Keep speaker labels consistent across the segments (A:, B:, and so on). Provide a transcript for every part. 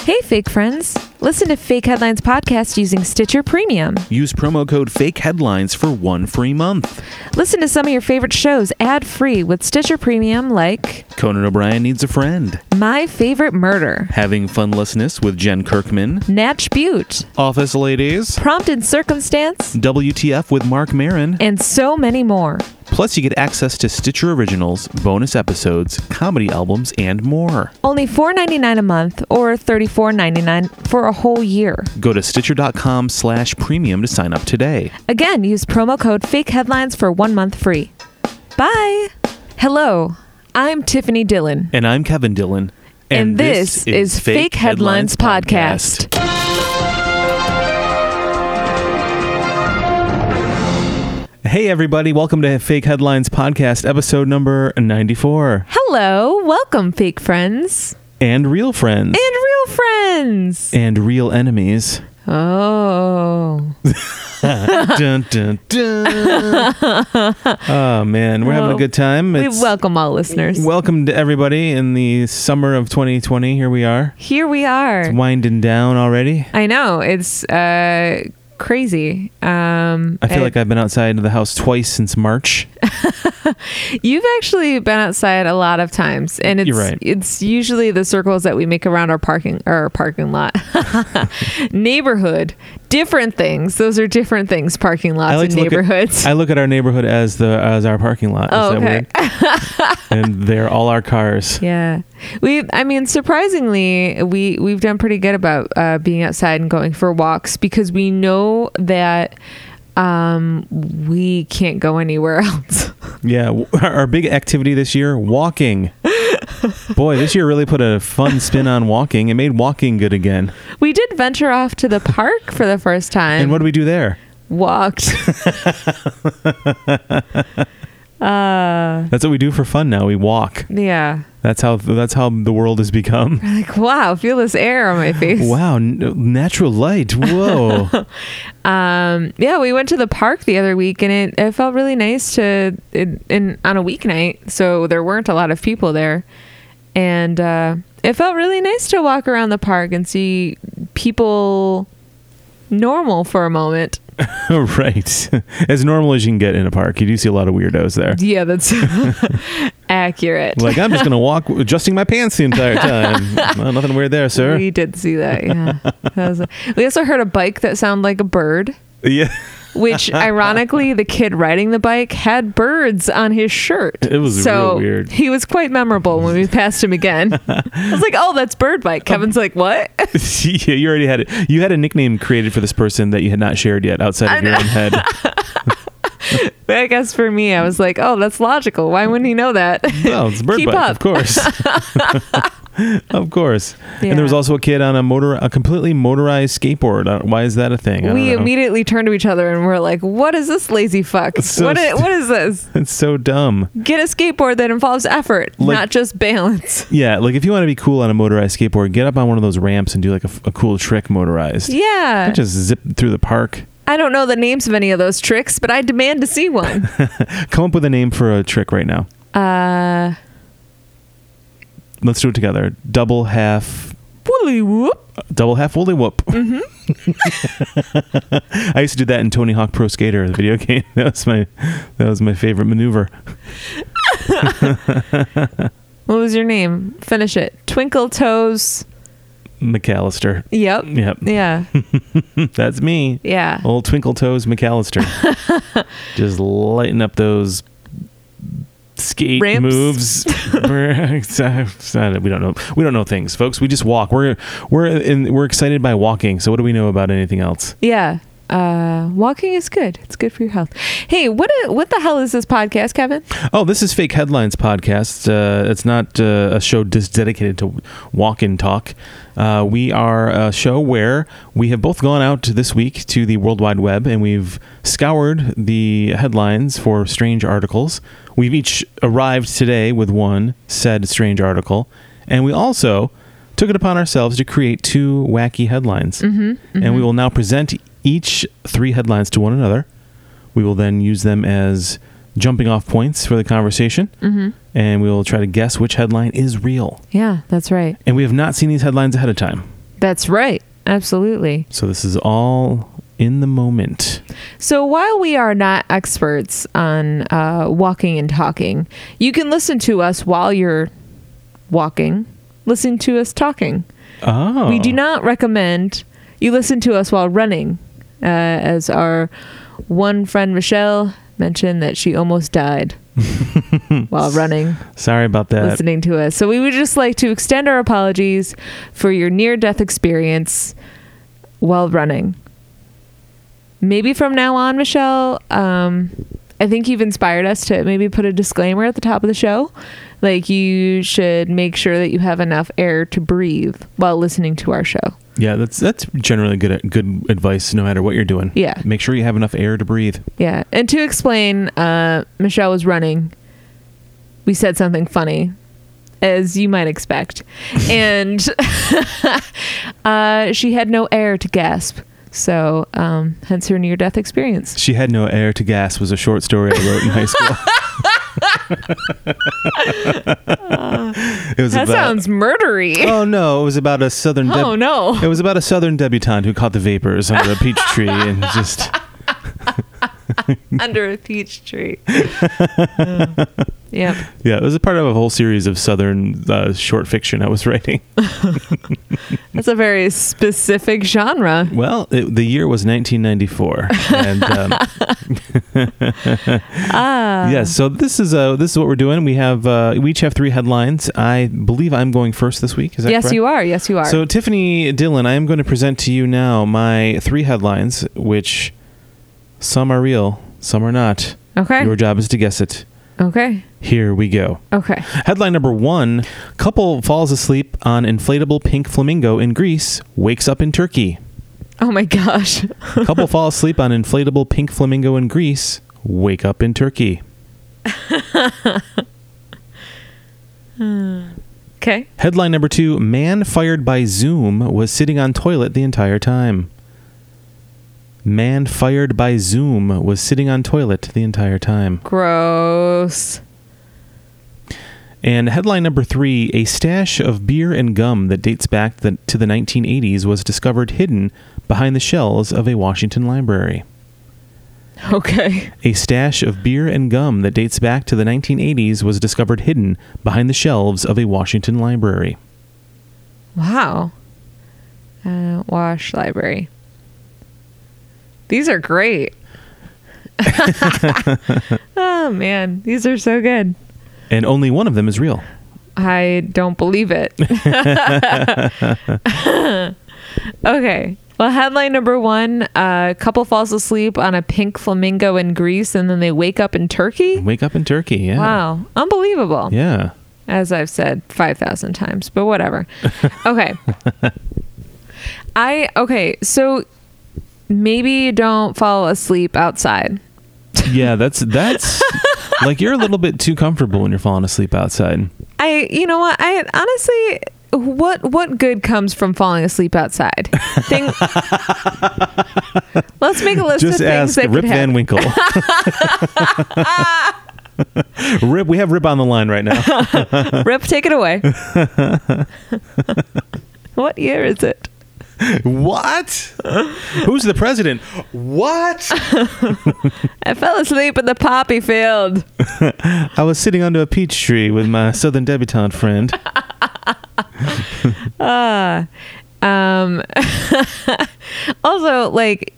A: Hey, fake friends. Listen to Fake Headlines podcast using Stitcher Premium.
B: Use promo code Fake Headlines for one free month.
A: Listen to some of your favorite shows ad free with Stitcher Premium, like
B: Conan O'Brien needs a friend.
A: My Favorite Murder,
B: Having funlessness with Jen Kirkman.
A: Natch Butte,
B: Office Ladies.
A: Prompt and Circumstance,
B: WTF with Mark Marin.
A: and so many more.
B: Plus, you get access to Stitcher originals, bonus episodes, comedy albums, and more.
A: Only $4.99 a month or $34.99 for a whole year.
B: Go to stitcher.com slash premium to sign up today.
A: Again, use promo code Fake Headlines for one month free. Bye. Hello, I'm Tiffany Dillon,
B: And I'm Kevin Dillon.
A: and, this, is, Fake, Headlines, Podcast.
B: Hey, everybody. Welcome to Fake Headlines Podcast, episode number 94.
A: Hello, welcome, fake friends
B: And real friends.
A: and real friends.
B: And real enemies.
A: Oh,
B: dun, dun, dun. oh, man. We're having a
A: Oh,
B: good time.
A: we
B: It's-
A: welcome all listeners.
B: Welcome to everybody in the summer of 2020. Here we are,
A: Here we are.
B: winding down already.
A: I know it's uh, crazy. Um,
B: I feel like I've been outside of the house twice since March.
A: you've actually been outside a lot of times, and it's
B: You're right.
A: it's usually the circles that we make around our parking our parking lot, neighborhood, different things. Those are different things. Parking lots
B: I like
A: and
B: to look at-
A: neighborhoods.
B: I look at our neighborhood as the as our parking lot. Is
A: Oh,
B: that
A: okay.
B: weird? and they're all our cars.
A: Yeah, we. I mean, surprisingly, we we've done pretty good about uh, being outside and going for walks because we know that um, we can't go anywhere else.
B: Yeah, w- our, our big activity this year, walking. Boy, this year really put a fun spin on walking. It made walking good again.
A: we did venture off to the park for the first time.
B: And what do we do there?
A: walked? uh,
B: That's what we do for fun now. We walk.
A: yeah.
B: That's how that's how the world has become.
A: Like wow, feel this air on my face.
B: Wow, n- natural light. Whoa.
A: Um, yeah, we went to the park the other week, and it, it felt really nice to in, in on a weeknight. So there weren't a lot of people there, and uh, it felt really nice to walk around the park and see people normal for a moment.
B: right. As normal as you can get in a park, you do see a lot of weirdos there.
A: Yeah, that's accurate.
B: Like, I'm just going to walk adjusting my pants the entire time. Well, nothing weird there, sir.
A: We did see that. Yeah, That was- we also heard a bike that sounded like a bird.
B: Yeah.
A: Which, ironically, the kid riding the bike had birds on his shirt.
B: It was
A: so
B: real weird.
A: He was quite memorable when we passed him again. I was like, "Oh, that's bird bike." Kevin's like, "What?"
B: yeah. You already had it. You had a nickname created for this person that you had not shared yet outside of your own head.
A: But I guess for me, I was like, "Oh, that's logical. Why wouldn't he know that?"
B: Well, it's bird
A: Keep
B: bike, of
A: up.
B: course. of course. And
A: Yeah.
B: there was also a kid on a motor, a completely motorized skateboard. Uh, Why is that a thing? I don't
A: we
B: know.
A: immediately turned to each other and we're like, "What is this lazy fuck?
B: So
A: what, i-
B: st-
A: what is this?
B: It's so dumb.
A: Get a skateboard that involves effort,
B: Like-
A: not just balance."
B: Yeah, like if you want to be cool on a motorized skateboard, get up on one of those ramps and do like a, f- a cool trick motorized.
A: Yeah,
B: Don't Just zip through the park.
A: I don't know the names of any of those tricks, but I demand to see one.
B: Come up with a name for a trick right now.
A: uh,
B: Let's do it together. Double half,
A: woolly whoop.
B: double half woolly whoop. I used to do that in Tony Hawk Pro Skater, the video game. That was my, that was my favorite maneuver.
A: What was your name? Finish it. Twinkle Toes.
B: McAllister.
A: Yep.
B: Yep,
A: Yeah.
B: that's me.
A: Yeah.
B: Old Twinkle Toes McAllister. Just lighten up those skate
A: Ramps.
B: moves. We're- we don't know. We don't know things, folks. We just walk. We're we're in, we're excited by walking. So what do we know about anything else?
A: Yeah. Uh, walking is good. It's good for your health. Hey, what a, what the hell is this podcast, Kevin?
B: Oh, this is Fake Headlines podcast. Uh, it's not uh, a show just dedicated to walk and talk. Uh, we are a show where we have both gone out this week to the World Wide Web and we've scoured the headlines for strange articles. We've each arrived today with one said strange article, and we also took it upon ourselves to create two wacky headlines. And we will now present each three headlines to one another. We will then use them as jumping off points for the conversation,
A: Mm-hmm.
B: and we will try to guess which headline is real.
A: Yeah, that's right.
B: And we have not seen these headlines ahead of time.
A: That's right. Absolutely.
B: So this is all in the moment.
A: So while we are not experts on uh, walking and talking, you can listen to us while you're walking. Listen to us talking.
B: Oh.
A: We do not recommend you listen to us while running, uh, as our one friend Michelle mentioned that she almost died while running
B: Sorry about that.
A: listening to us. So we would just like to extend our apologies for your near death experience while running. Maybe from now on, Michelle, um, I think you've inspired us to maybe put a disclaimer at the top of the show. Like, you should make sure that you have enough air to breathe while listening to our show.
B: Yeah, that's that's generally good good advice no matter what you're doing.
A: Yeah.
B: Make sure you have enough air to breathe.
A: Yeah. And to explain, uh, Michelle was running. We said something funny, as you might expect. And uh, she had no air to gasp. So, um, hence her near death experience.
B: She had no air to gas was a short story I wrote in high school. it was
A: That
B: about,
A: sounds murdery.
B: Oh no, it was about a southern deb-
A: Oh, no.
B: It was about a southern debutante who caught the vapors under a peach tree and just
A: Under a peach tree. yep.
B: yeah, it was a part of a whole series of southern uh, short fiction I was writing.
A: That's a very specific genre.
B: Well, it, the year was 1994, and um,
A: Uh. Ah.
B: yes, so this is uh, this is what we're doing. We have uh, we each have three headlines. I believe I'm going first this week. Is that
A: Yes,
B: correct?
A: you are. Yes, you are.
B: So Tiffany Dillon, I am going to present to you now my three headlines, which some are real, some are not.
A: okay.
B: Your job is to guess it.
A: okay.
B: Here we go.
A: Okay.
B: Headline number one Couple falls asleep on inflatable pink flamingo in Greece, wakes up in Turkey.
A: Oh my gosh.
B: Couple fall asleep on inflatable pink flamingo in Greece, wake up in Turkey.
A: Okay.
B: Headline number two Man fired by Zoom was sitting on toilet the entire time. Man fired by Zoom was sitting on toilet the entire time.
A: Gross.
B: And headline number three A stash of beer and gum that dates back the, to the 1980s was discovered hidden behind the shelves of a Washington library.
A: Okay.
B: A stash of beer and gum that dates back to the 1980s was discovered hidden behind the shelves of a Washington library.
A: Wow. Uh, Wash Library. These are great. oh man, these are so good.
B: And only one of them is real.
A: I don't believe it. okay. Well, headline number one: A couple falls asleep on a pink flamingo in Greece, and then they wake up in Turkey.
B: Wake up in Turkey. Yeah.
A: Wow, unbelievable.
B: Yeah.
A: as I've said 5,000 times, but whatever. Okay. I, okay, so maybe don't fall asleep outside.
B: Yeah, that's that's like you're a little bit too comfortable when you're falling asleep outside.
A: I, you know what? I honestly, what what good comes from falling asleep outside? Think, let's make a list
B: Just
A: of things
B: ask
A: that
B: Rip
A: could happen.
B: Van Winkle. Rip, we have Rip on the line right now.
A: Rip, take it away. what year is it?
B: what? Who's the president? What?
A: I fell asleep in the poppy field.
B: I was sitting under a peach tree with my southern debutante friend.
A: Ah. Um also like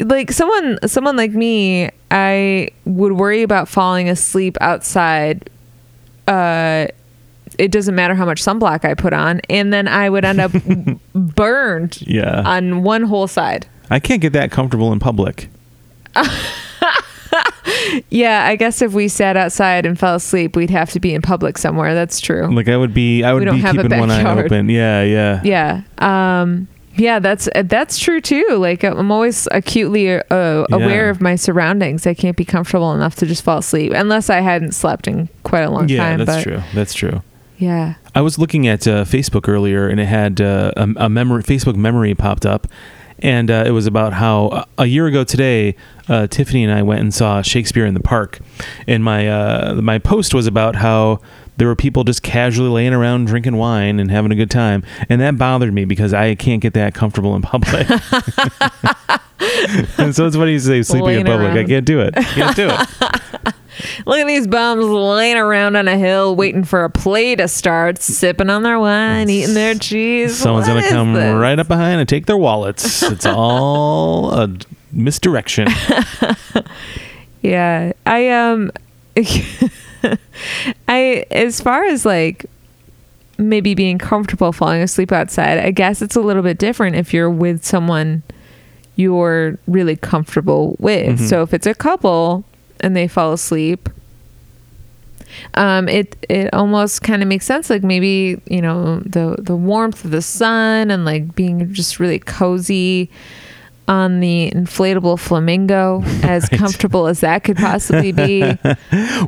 A: like someone someone like me, I would worry about falling asleep outside uh it doesn't matter how much sunblock I put on and then I would end up burned
B: Yeah.
A: on one whole side.
B: I can't get that comfortable in public.
A: Yeah, I guess if we sat outside and fell asleep, we'd have to be in public somewhere. That's true.
B: Like I would be, I would
A: We don't
B: be
A: have a
B: keeping one eye
A: backyard.
B: open. Yeah, yeah,
A: Yeah. Um yeah, that's uh, that's true too. Like uh, I'm always acutely uh, aware
B: Yeah.
A: of my surroundings. I can't be comfortable enough to just fall asleep unless I hadn't slept in quite a long
B: yeah.
A: time. but
B: that's true. That's true.
A: Yeah.
B: I was looking at uh, Facebook earlier, and it had uh, a, a memory, Facebook memory popped up, and uh, it was about how uh, a year ago today, uh, Tiffany and I went and saw Shakespeare in the Park, and my uh, my post was about how there were people just casually laying around drinking wine and having a good time, and that bothered me because I can't get that comfortable in public. and so it's funny you say sleeping
A: Laying
B: in public. I
A: around.
B: can't do it. Can't do it.
A: Look at these bums laying around on a hill waiting for a play to start, sipping on their wine, eating their cheese.
B: Someone's
A: What
B: gonna
A: is
B: come
A: this?
B: right up behind and take their wallets. It's all a misdirection.
A: Yeah. I um I as far as like maybe being comfortable falling asleep outside, I guess it's a little bit different if you're with someone you're really comfortable with.
B: Mhm.
A: So if it's a couple and they fall asleep, um it it almost kind of makes sense like maybe, you know, the the warmth of the sun and like being just really cozy on the inflatable flamingo as comfortable as that could possibly be.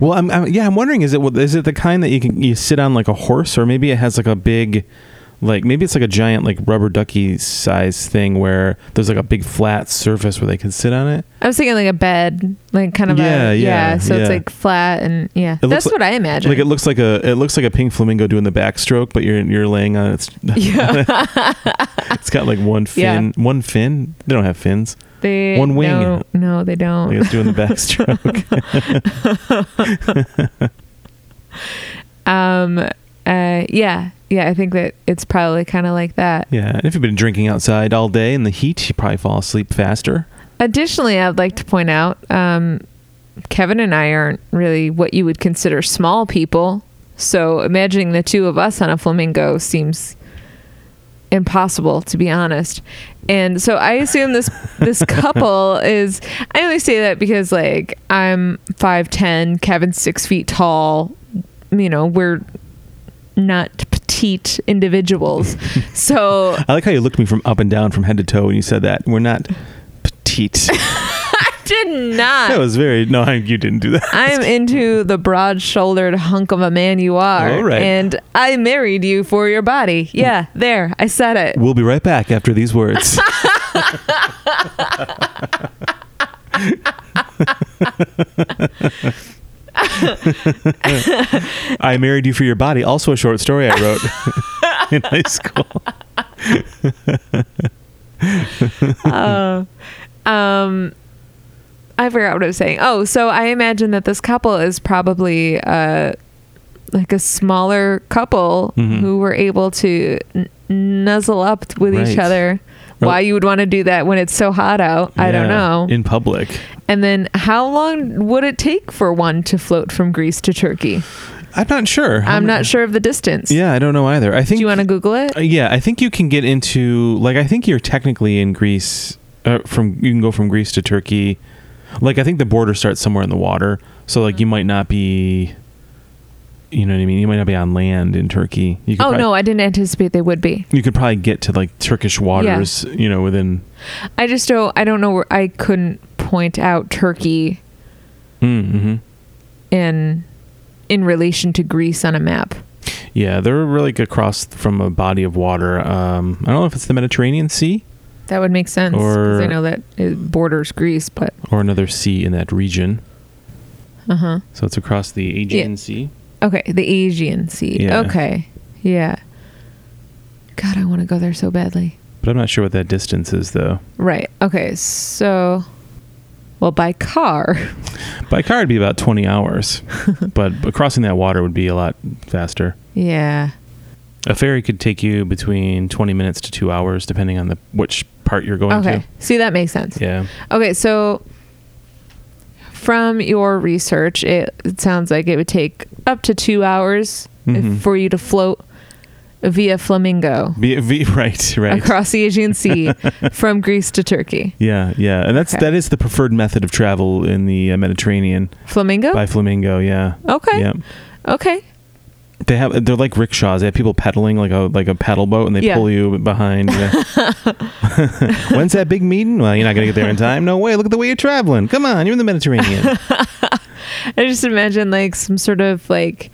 B: Well, I'm, I'm yeah, I'm wondering is it is it the kind that you can you sit on like a horse or maybe it has like a big like maybe it's like a giant like rubber ducky size thing where there's like a big flat surface where they can sit on it.
A: I was thinking like a bed, like kind of
B: Yeah,
A: a yeah.
B: yeah,
A: so it's
B: yeah.
A: like flat and yeah.
B: looks
A: That's
B: like-
A: what I imagine.
B: Like it looks like a it looks like a pink flamingo doing the backstroke, but you're you're laying on its
A: yeah,
B: it's got like one fin one fin. They don't have fins.
A: they
B: One wing.
A: No, no they
B: Like
A: don't.
B: it's doing the backstroke.
A: Um, uh, yeah, yeah. I think that it's probably kind of like that.
B: yeah. And if you've been drinking outside all day in the heat, you probably fall asleep faster.
A: Additionally, I'd like to point out um, Kevin and I aren't really what you would consider small people. So imagining the two of us on a flamingo seems impossible, to be honest. And so I assume this this couple is. I only say that because like I'm five ten, Kevin's six feet tall. You know we're not petite individuals, so
B: I like how you looked me from up and down from head to toe when you said that. We're not petite.
A: I did not.
B: That was very no. I- You didn't do that.
A: I'm into the broad shouldered hunk of a man you are.
B: All right.
A: And I married you for your body. Yeah, there. I said it.
B: We'll be right back after these words. I married you for your body. Also, a short story I wrote in high school.
A: Oh. um, I forgot what I was saying. Oh, so I imagine that this couple is probably uh, like a smaller couple
B: Mhm.
A: who were able to n- nuzzle up with each
B: Right.
A: other.
B: Well-
A: Why you would want to do that when it's so hot out, I don't
B: Yeah,
A: know.
B: In public,
A: and then how long would it take for one to float from Greece to Turkey?
B: I'm not sure.
A: I'm not sure of the distance.
B: Yeah, I don't know either. I think
A: Do you want to Google it?
B: Uh, yeah, I think you can get into like I think you're technically in Greece. Uh, from you can go from Greece to Turkey. Like I think the border starts somewhere in the water, so like
A: Mm-hmm.
B: you might not be. You know what I mean? You might not be on land in Turkey. You could
A: Oh
B: probably,
A: no, I didn't anticipate they would be.
B: You could probably get to like Turkish waters. You know, within.
A: I just don't. I don't know where I couldn't point out Turkey
B: Mm-hmm.
A: in in relation to Greece on a map.
B: Yeah, they're really across from a body of water. Um, I don't know if it's the Mediterranean Sea
A: That would make sense because
B: Or-
A: I know that it borders Greece, but
B: or another sea in that region.
A: uh huh.
B: So it's across the Aegean Sea.
A: Okay, the Asian Sea.
B: Yeah.
A: Okay, yeah. God, I want to go there so badly.
B: But I'm not sure what that distance is though.
A: Right. Okay. So, well, by car.
B: By car, it'd be about 20 hours, but but crossing that water would be a lot faster.
A: yeah.
B: A ferry could take you between 20 minutes to two hours, depending on the which part you're going
A: Okay. See, that makes sense.
B: to. Yeah.
A: Okay, so from your research, it, it sounds like it would take up to two hours if-
B: Mhm.
A: for you to float via flamingo
B: Be, be, right, right.
A: across the Aegean Sea from Greece to Turkey.
B: Yeah, yeah. And that's
A: Okay.
B: that is the preferred method of travel in the uh, Mediterranean
A: Flamingo?
B: by Flamingo, yeah.
A: Oh. Okay.
B: Yeah.
A: Okay.
B: They have they're like rickshaws. They have people pedaling like a like a paddle boat and they
A: Yeah.
B: pull you behind. Yeah. When's that big meeting? Well, you're not going to get there in time. No way. Look at the way you're traveling. Come on, you're in the Mediterranean.
A: I just imagine like some sort of like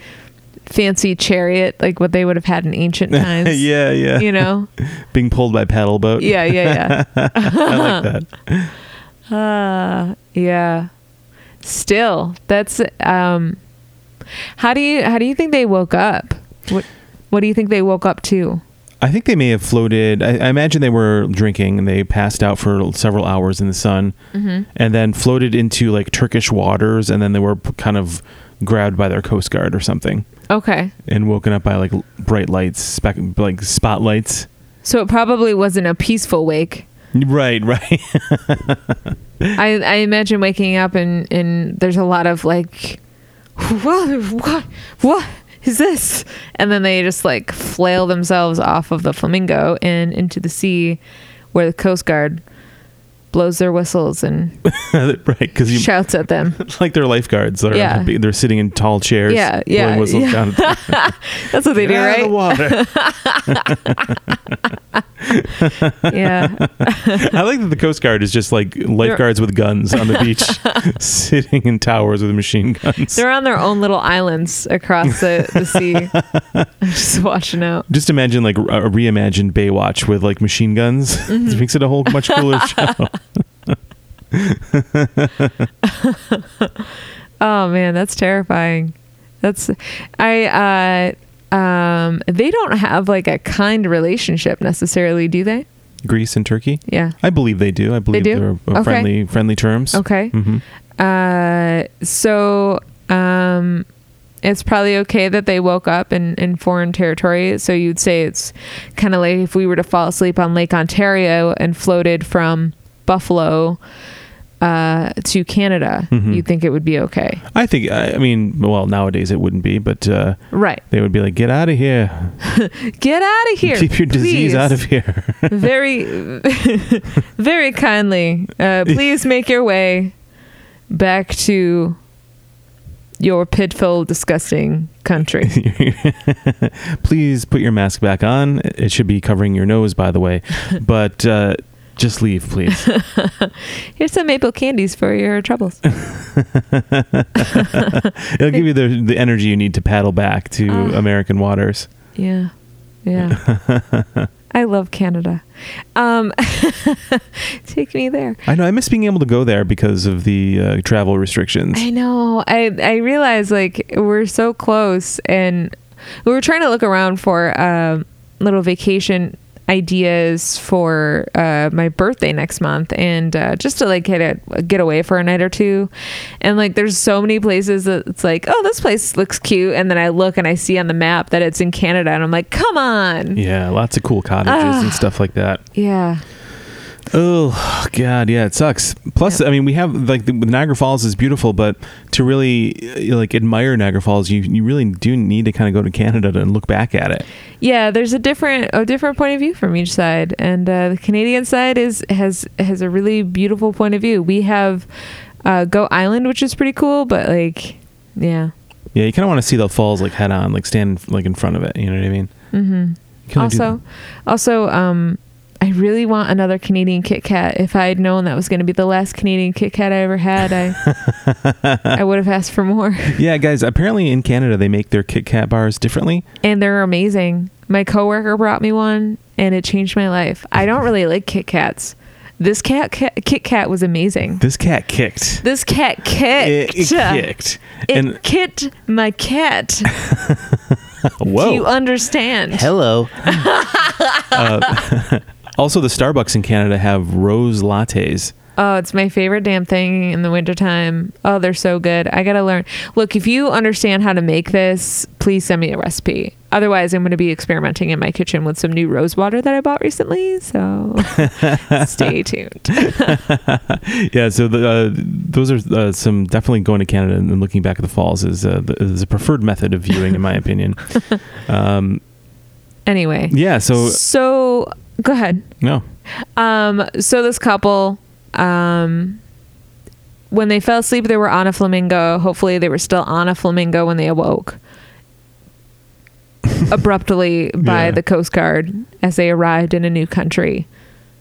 A: fancy chariot, like what they would have had in ancient times.
B: yeah, yeah.
A: You know?
B: Being pulled by paddle boat.
A: Yeah, yeah,
B: I like that.
A: yeah. Uh, yeah. Still, that's um How do you how do you think they woke up? What what do you think they woke up to?
B: I think they may have floated. I, I imagine they were drinking and they passed out for several hours in the sun
A: Mm-hmm.
B: and then floated into like Turkish waters and then they were p- kind of grabbed by their Coast Guard or something
A: Okay.
B: and woken up by like l- bright lights, spec- like spotlights.
A: So it probably wasn't a peaceful wake.
B: Right, right.
A: I, I imagine waking up and, and there's a lot of like, what, what, what is this? And then they just like flail themselves off of the flamingo and into the sea where the Coast Guard blows their whistles and
B: right, because you
A: shouts at them.
B: like their lifeguards. They're,
A: Yeah.
B: they're sitting in tall chairs.
A: Yeah, yeah,
B: blowing whistles
A: yeah.
B: down.
A: That's what they do,
B: Get out of the
A: right?
B: water.
A: Yeah.
B: I like that the Coast Guard is just like lifeguards with guns on the beach, sitting in towers with machine guns.
A: They're on their own little islands across the, the sea. just watching out.
B: just imagine like a reimagined Baywatch with like machine guns.
A: Mm-hmm.
B: it makes it a whole much cooler show.
A: Oh man, that's terrifying. That's I uh um they don't have like a kind relationship necessarily, do they?
B: Greece and Turkey.
A: Yeah.
B: I believe they do. I believe
A: do?
B: are uh,
A: Okay.
B: friendly friendly terms.
A: Okay.
B: hmm
A: Uh so um it's probably okay that they woke up in, in foreign territory. So you'd say it's kind of like if we were to fall asleep on Lake Ontario and floated from Buffalo uh, to Canada,
B: Mhm.
A: you'd think it would be okay.
B: I think. I, I mean, well, nowadays it wouldn't be, but uh,
A: Right.
B: they would be like, "Get out of here!
A: Get out of here.
B: Keep your disease
A: please."
B: out of here."
A: very very kindly uh, please make your way back to your pitiful disgusting country
B: Please put your mask back on. It should be covering your nose, by the way. But uh, just leave, please.
A: here's some maple candies for your troubles
B: It'll give you the the energy you need to paddle back to
A: Ah.
B: American waters.
A: yeah yeah i love canada um take me there
B: I know. I miss being able to go there because of the uh, travel restrictions.
A: I know. I I realize like we're so close, and we were trying to look around for um, little vacation ideas for uh, my birthday next month, and uh, just to like get a get away for a night or two. And like, there's so many places that it's like, oh, this place looks cute, and then I look and I see on the map that it's in Canada, and I'm like, come on, yeah.
B: Yeah, lots of cool cottages
A: Ah.
B: and stuff like that. Oh God, yeah, it sucks. Plus, I mean, we have like the, Niagara Falls is beautiful, but to really uh, like admire Niagara Falls, you you really do need to kind of go to Canada to look back at it.
A: Yeah, there's a different a different point of view from each side, and uh, the Canadian side is has has a really beautiful point of view. We have uh, Go Island, which is pretty cool, but like, yeah,
B: Yeah, you kind of want to see the falls like head on, like stand like in front of it. You know what I mean?
A: mm-hmm.
B: You kinda do
A: also, also, um, I really want another Canadian Kit Kat. If I had known that was going to be the last Canadian Kit Kat I ever had, I I would have asked for more.
B: that. yeah, guys. Apparently, in Canada, they make their Kit Kat bars differently.
A: And they're amazing. My coworker brought me one, and it changed my life. I don't really like Kit Kats. This cat, cat Kit Kat was amazing.
B: This cat kicked.
A: This cat kicked.
B: It, it kicked.
A: It
B: and
A: kicked my cat. Do you
B: whoa.
A: understand?
B: Hello. Uh, also, the Starbucks in Canada have rose lattes.
A: Oh, it's my favorite damn thing in the wintertime. Oh, they're so good. I got to learn. Look, if you understand how to make this, please send me a recipe. Otherwise, I'm going to be experimenting in my kitchen with some new rose water that I bought recently. So stay tuned.
B: Yeah, so the, uh, those are uh, some definitely going to Canada and then looking back at the falls is, uh, the, is a preferred method of viewing, in my opinion. Um,
A: Anyway.
B: yeah, so
A: so go ahead.
B: no,
A: Um, so this couple, um, when they fell asleep, they were on a flamingo. Hopefully, they were still on a flamingo when they awoke abruptly by
B: Yeah.
A: the Coast Guard as they arrived in a new country.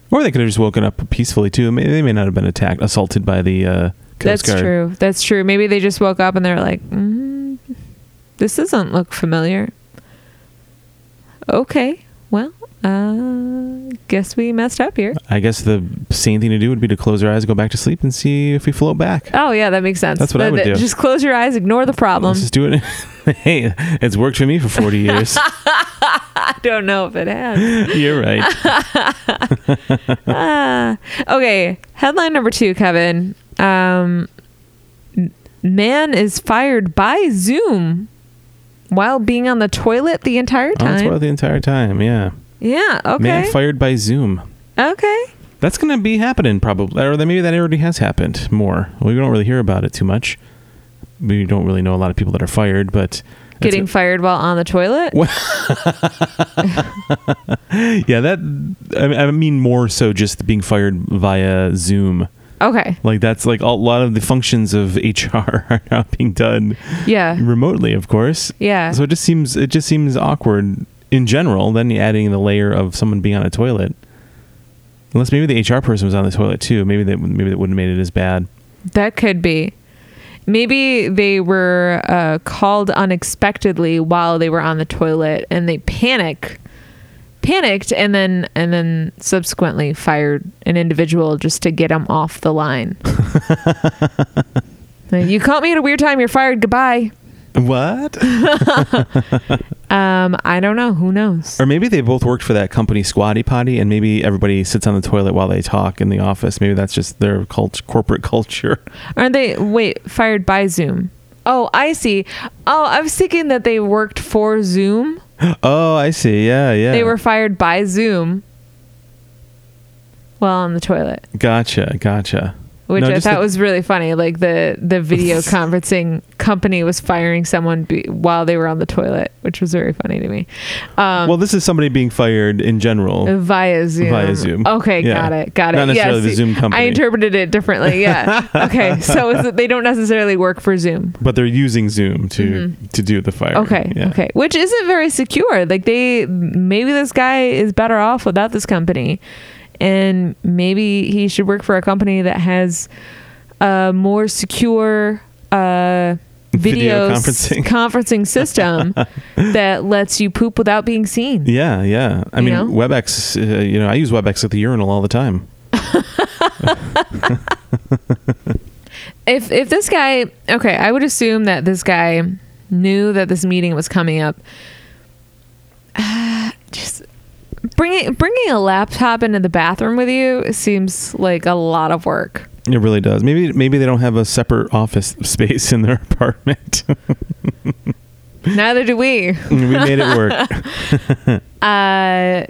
B: or they could have just woken up peacefully too. May- They may not have been attacked, assaulted by the uh, Coast
A: That's
B: Guard.
A: true. That's true. Maybe they just woke up and they're like, mm, "This doesn't look familiar." Okay, well, uh, guess we messed up here.
B: I guess the sane thing to do would be to close our eyes, go back to sleep, and see if we float back.
A: Oh yeah, that makes sense.
B: That's what I
A: That-
B: would
A: that-
B: do.
A: Just close your eyes, ignore the problem.
B: Let's just do it. hey, it's worked for me for 40 years.
A: I don't know if it has.
B: You're right.
A: Ah. okay, headline number two, Kevin. Um, n- man is fired by Zoom while being on the toilet the entire
B: Oh, that's
A: time.
B: why the entire time. Yeah.
A: yeah. Okay.
B: Man fired by Zoom.
A: okay.
B: That's going to be happening probably. Or then maybe that already has happened more. We don't really hear about it too much. We don't really know a lot of people that are fired, but. it's-
A: Getting fired while on the toilet.
B: yeah, that. I I mean, more so just being fired via Zoom.
A: Okay.
B: Like, that's like a lot of the functions of HR are now being done
A: Yeah.
B: remotely, of course.
A: Yeah.
B: So it just seems it just seems awkward in general. Then you're adding the layer of someone being on a toilet. Unless maybe the HR person was on the toilet too. Maybe that maybe that wouldn't have made it as bad.
A: That could be. Maybe they were uh, called unexpectedly while they were on the toilet, and they panic, panicked, and then and then subsequently fired an individual just to get them off the line. Like, you caught me at a weird time. You're fired. Goodbye.
B: What?
A: Um, I don't know. Who knows?
B: or maybe they both worked for that company Squatty Potty, and maybe everybody sits on the toilet while they talk in the office. Maybe that's just their cult- corporate culture.
A: Aren't they? Wait, fired by Zoom. Oh, I see. Oh, I was thinking that they worked for Zoom.
B: Oh, I see. Yeah, yeah.
A: They were fired by Zoom while on the toilet,
B: Gotcha, gotcha.
A: which
B: No,
A: I
B: just
A: thought
B: the-
A: was really funny. Like the the video conferencing company was firing someone be, while they were on the toilet, which was very funny to me. Um, Oh.
B: well, this is somebody being fired in general.
A: via Zoom.
B: Via Zoom.
A: Okay,
B: Yeah.
A: got it. Got it.
B: Not necessarily
A: yeah,
B: the
A: see,
B: Zoom company.
A: I interpreted it differently. Yeah. okay, so is it, they don't necessarily work for Zoom.
B: But they're using Zoom to to do the firing.
A: Mm-hmm. Okay.
B: Yeah.
A: Okay. Which isn't very secure. Like they maybe this guy is better off without this company, and maybe he should work for a company that has a more secure uh, video
B: Video conferencing.
A: conferencing system that lets you poop without being seen.
B: Yeah, yeah. I
A: You
B: mean,
A: know?
B: WebEx. Uh, you know, I use WebEx at the urinal all the time.
A: if if this guy okay i would assume that this guy knew that this meeting was coming up just bringing bringing a laptop into the bathroom with you seems like a lot of work
B: It really does. Maybe maybe they don't have a separate office space in their apartment.
A: neither do we
B: we made it work.
A: uh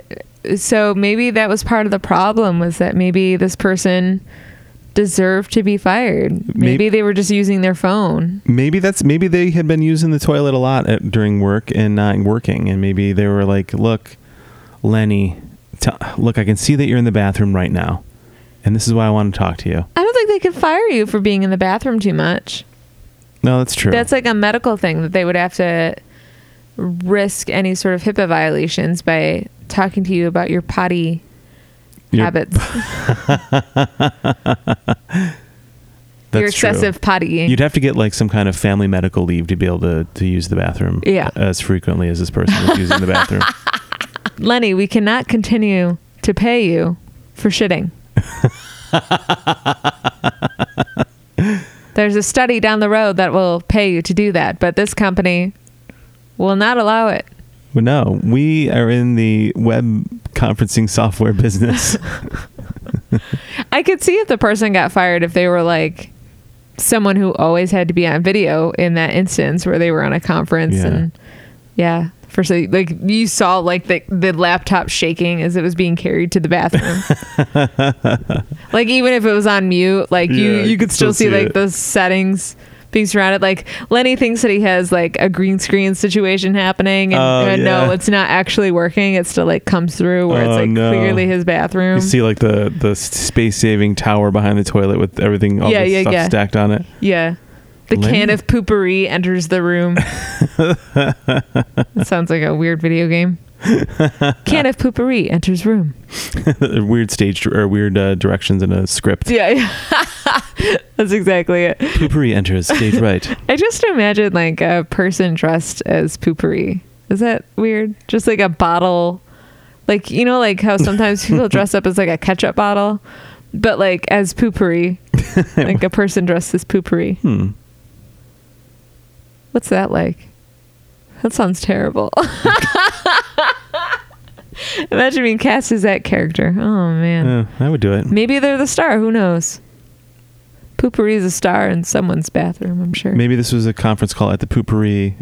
A: so maybe that was part of the problem was that maybe this person deserved to be fired maybe,
B: Maybe-
A: they were just using their phone
B: Maybe that's maybe they had been using the toilet a lot at, during work and not working, and maybe they were like, "Look, Lenny, t- look, I can see that you're in the bathroom right now, and this is why I want to talk to you."
A: i don't think they could fire you for being in the bathroom too much
B: No, that's true.
A: That's like a medical thing that they would have to risk any sort of HIPAA violations by talking to you about your potty
B: Your-
A: habits,
B: that's
A: your
B: true.
A: excessive potty.
B: You'd have to get like some kind of family medical leave to be able to, to use the bathroom
A: Yeah.
B: as frequently as this person was using the bathroom.
A: Lenny, we cannot continue to pay you for shitting. There's a study down the road that will pay you to do that, but this company will not allow it.
B: Well, no, we are in the web conferencing software business.
A: I could see if the person got fired if they were like someone who always had to be on video in that instance where they were on a conference
B: Yeah.
A: and yeah. For so like you saw like the the laptop shaking as it was being carried to the bathroom. like even if it was on mute, like you
B: Yeah, I
A: you
B: could
A: could still, see,
B: still see
A: like
B: it.
A: the settings being surrounded. Like Lenny thinks that he has like a green screen situation happening and,
B: Oh,
A: and no,
B: yeah.
A: it's not actually working. It still like comes through where
B: Oh,
A: it's like
B: no.
A: clearly his bathroom.
B: you see like the, the space saving tower behind the toilet with everything, all
A: Yeah,
B: the
A: yeah,
B: stuff
A: yeah.
B: stacked on it.
A: Yeah. The can
B: Lenny?
A: of poopery enters the room. that sounds like a weird video game. Can of poopery enters room.
B: weird stage dir- or weird uh, directions in a script.
A: Yeah, yeah. that's exactly it.
B: Poopery enters stage right.
A: I just imagine like a person dressed as poopery. Is that weird? Just like a bottle Like you know, like how sometimes people dress up as like a ketchup bottle, but like as poopery, like a person dressed as poopery.
B: Hmm.
A: What's that like? That sounds terrible. Imagine being cast as that character. Oh man.
B: Yeah, I would do it.
A: Maybe they're the star. Who knows? Poopery is a star in someone's bathroom. I'm sure.
B: Maybe this was a conference call at the poopery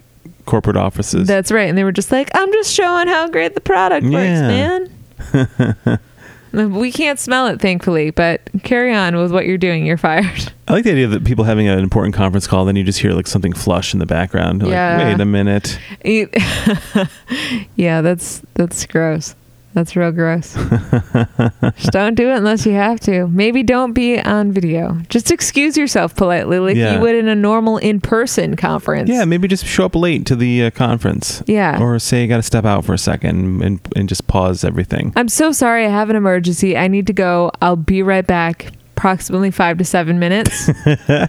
B: corporate offices.
A: That's right. And they were just like, I'm just showing how great the product
B: Yeah.
A: works, man. we can't smell it, thankfully, but carry on with what you're doing. You're fired.
B: I like the idea that people having an important conference call, then you just hear like something flush in the background. Like,
A: Yeah.
B: wait a minute.
A: You- yeah, that's that's gross. That's real gross. just don't do it unless you have to. Maybe don't be on video. Just excuse yourself politely, like
B: Yeah.
A: you would in a normal in-person conference.
B: Yeah, maybe just show up late to the uh, conference.
A: Yeah.
B: Or say you got to step out for a second and, and just pause everything.
A: I'm so sorry. I have an emergency. I need to go. I'll be right back. Approximately five to seven minutes. I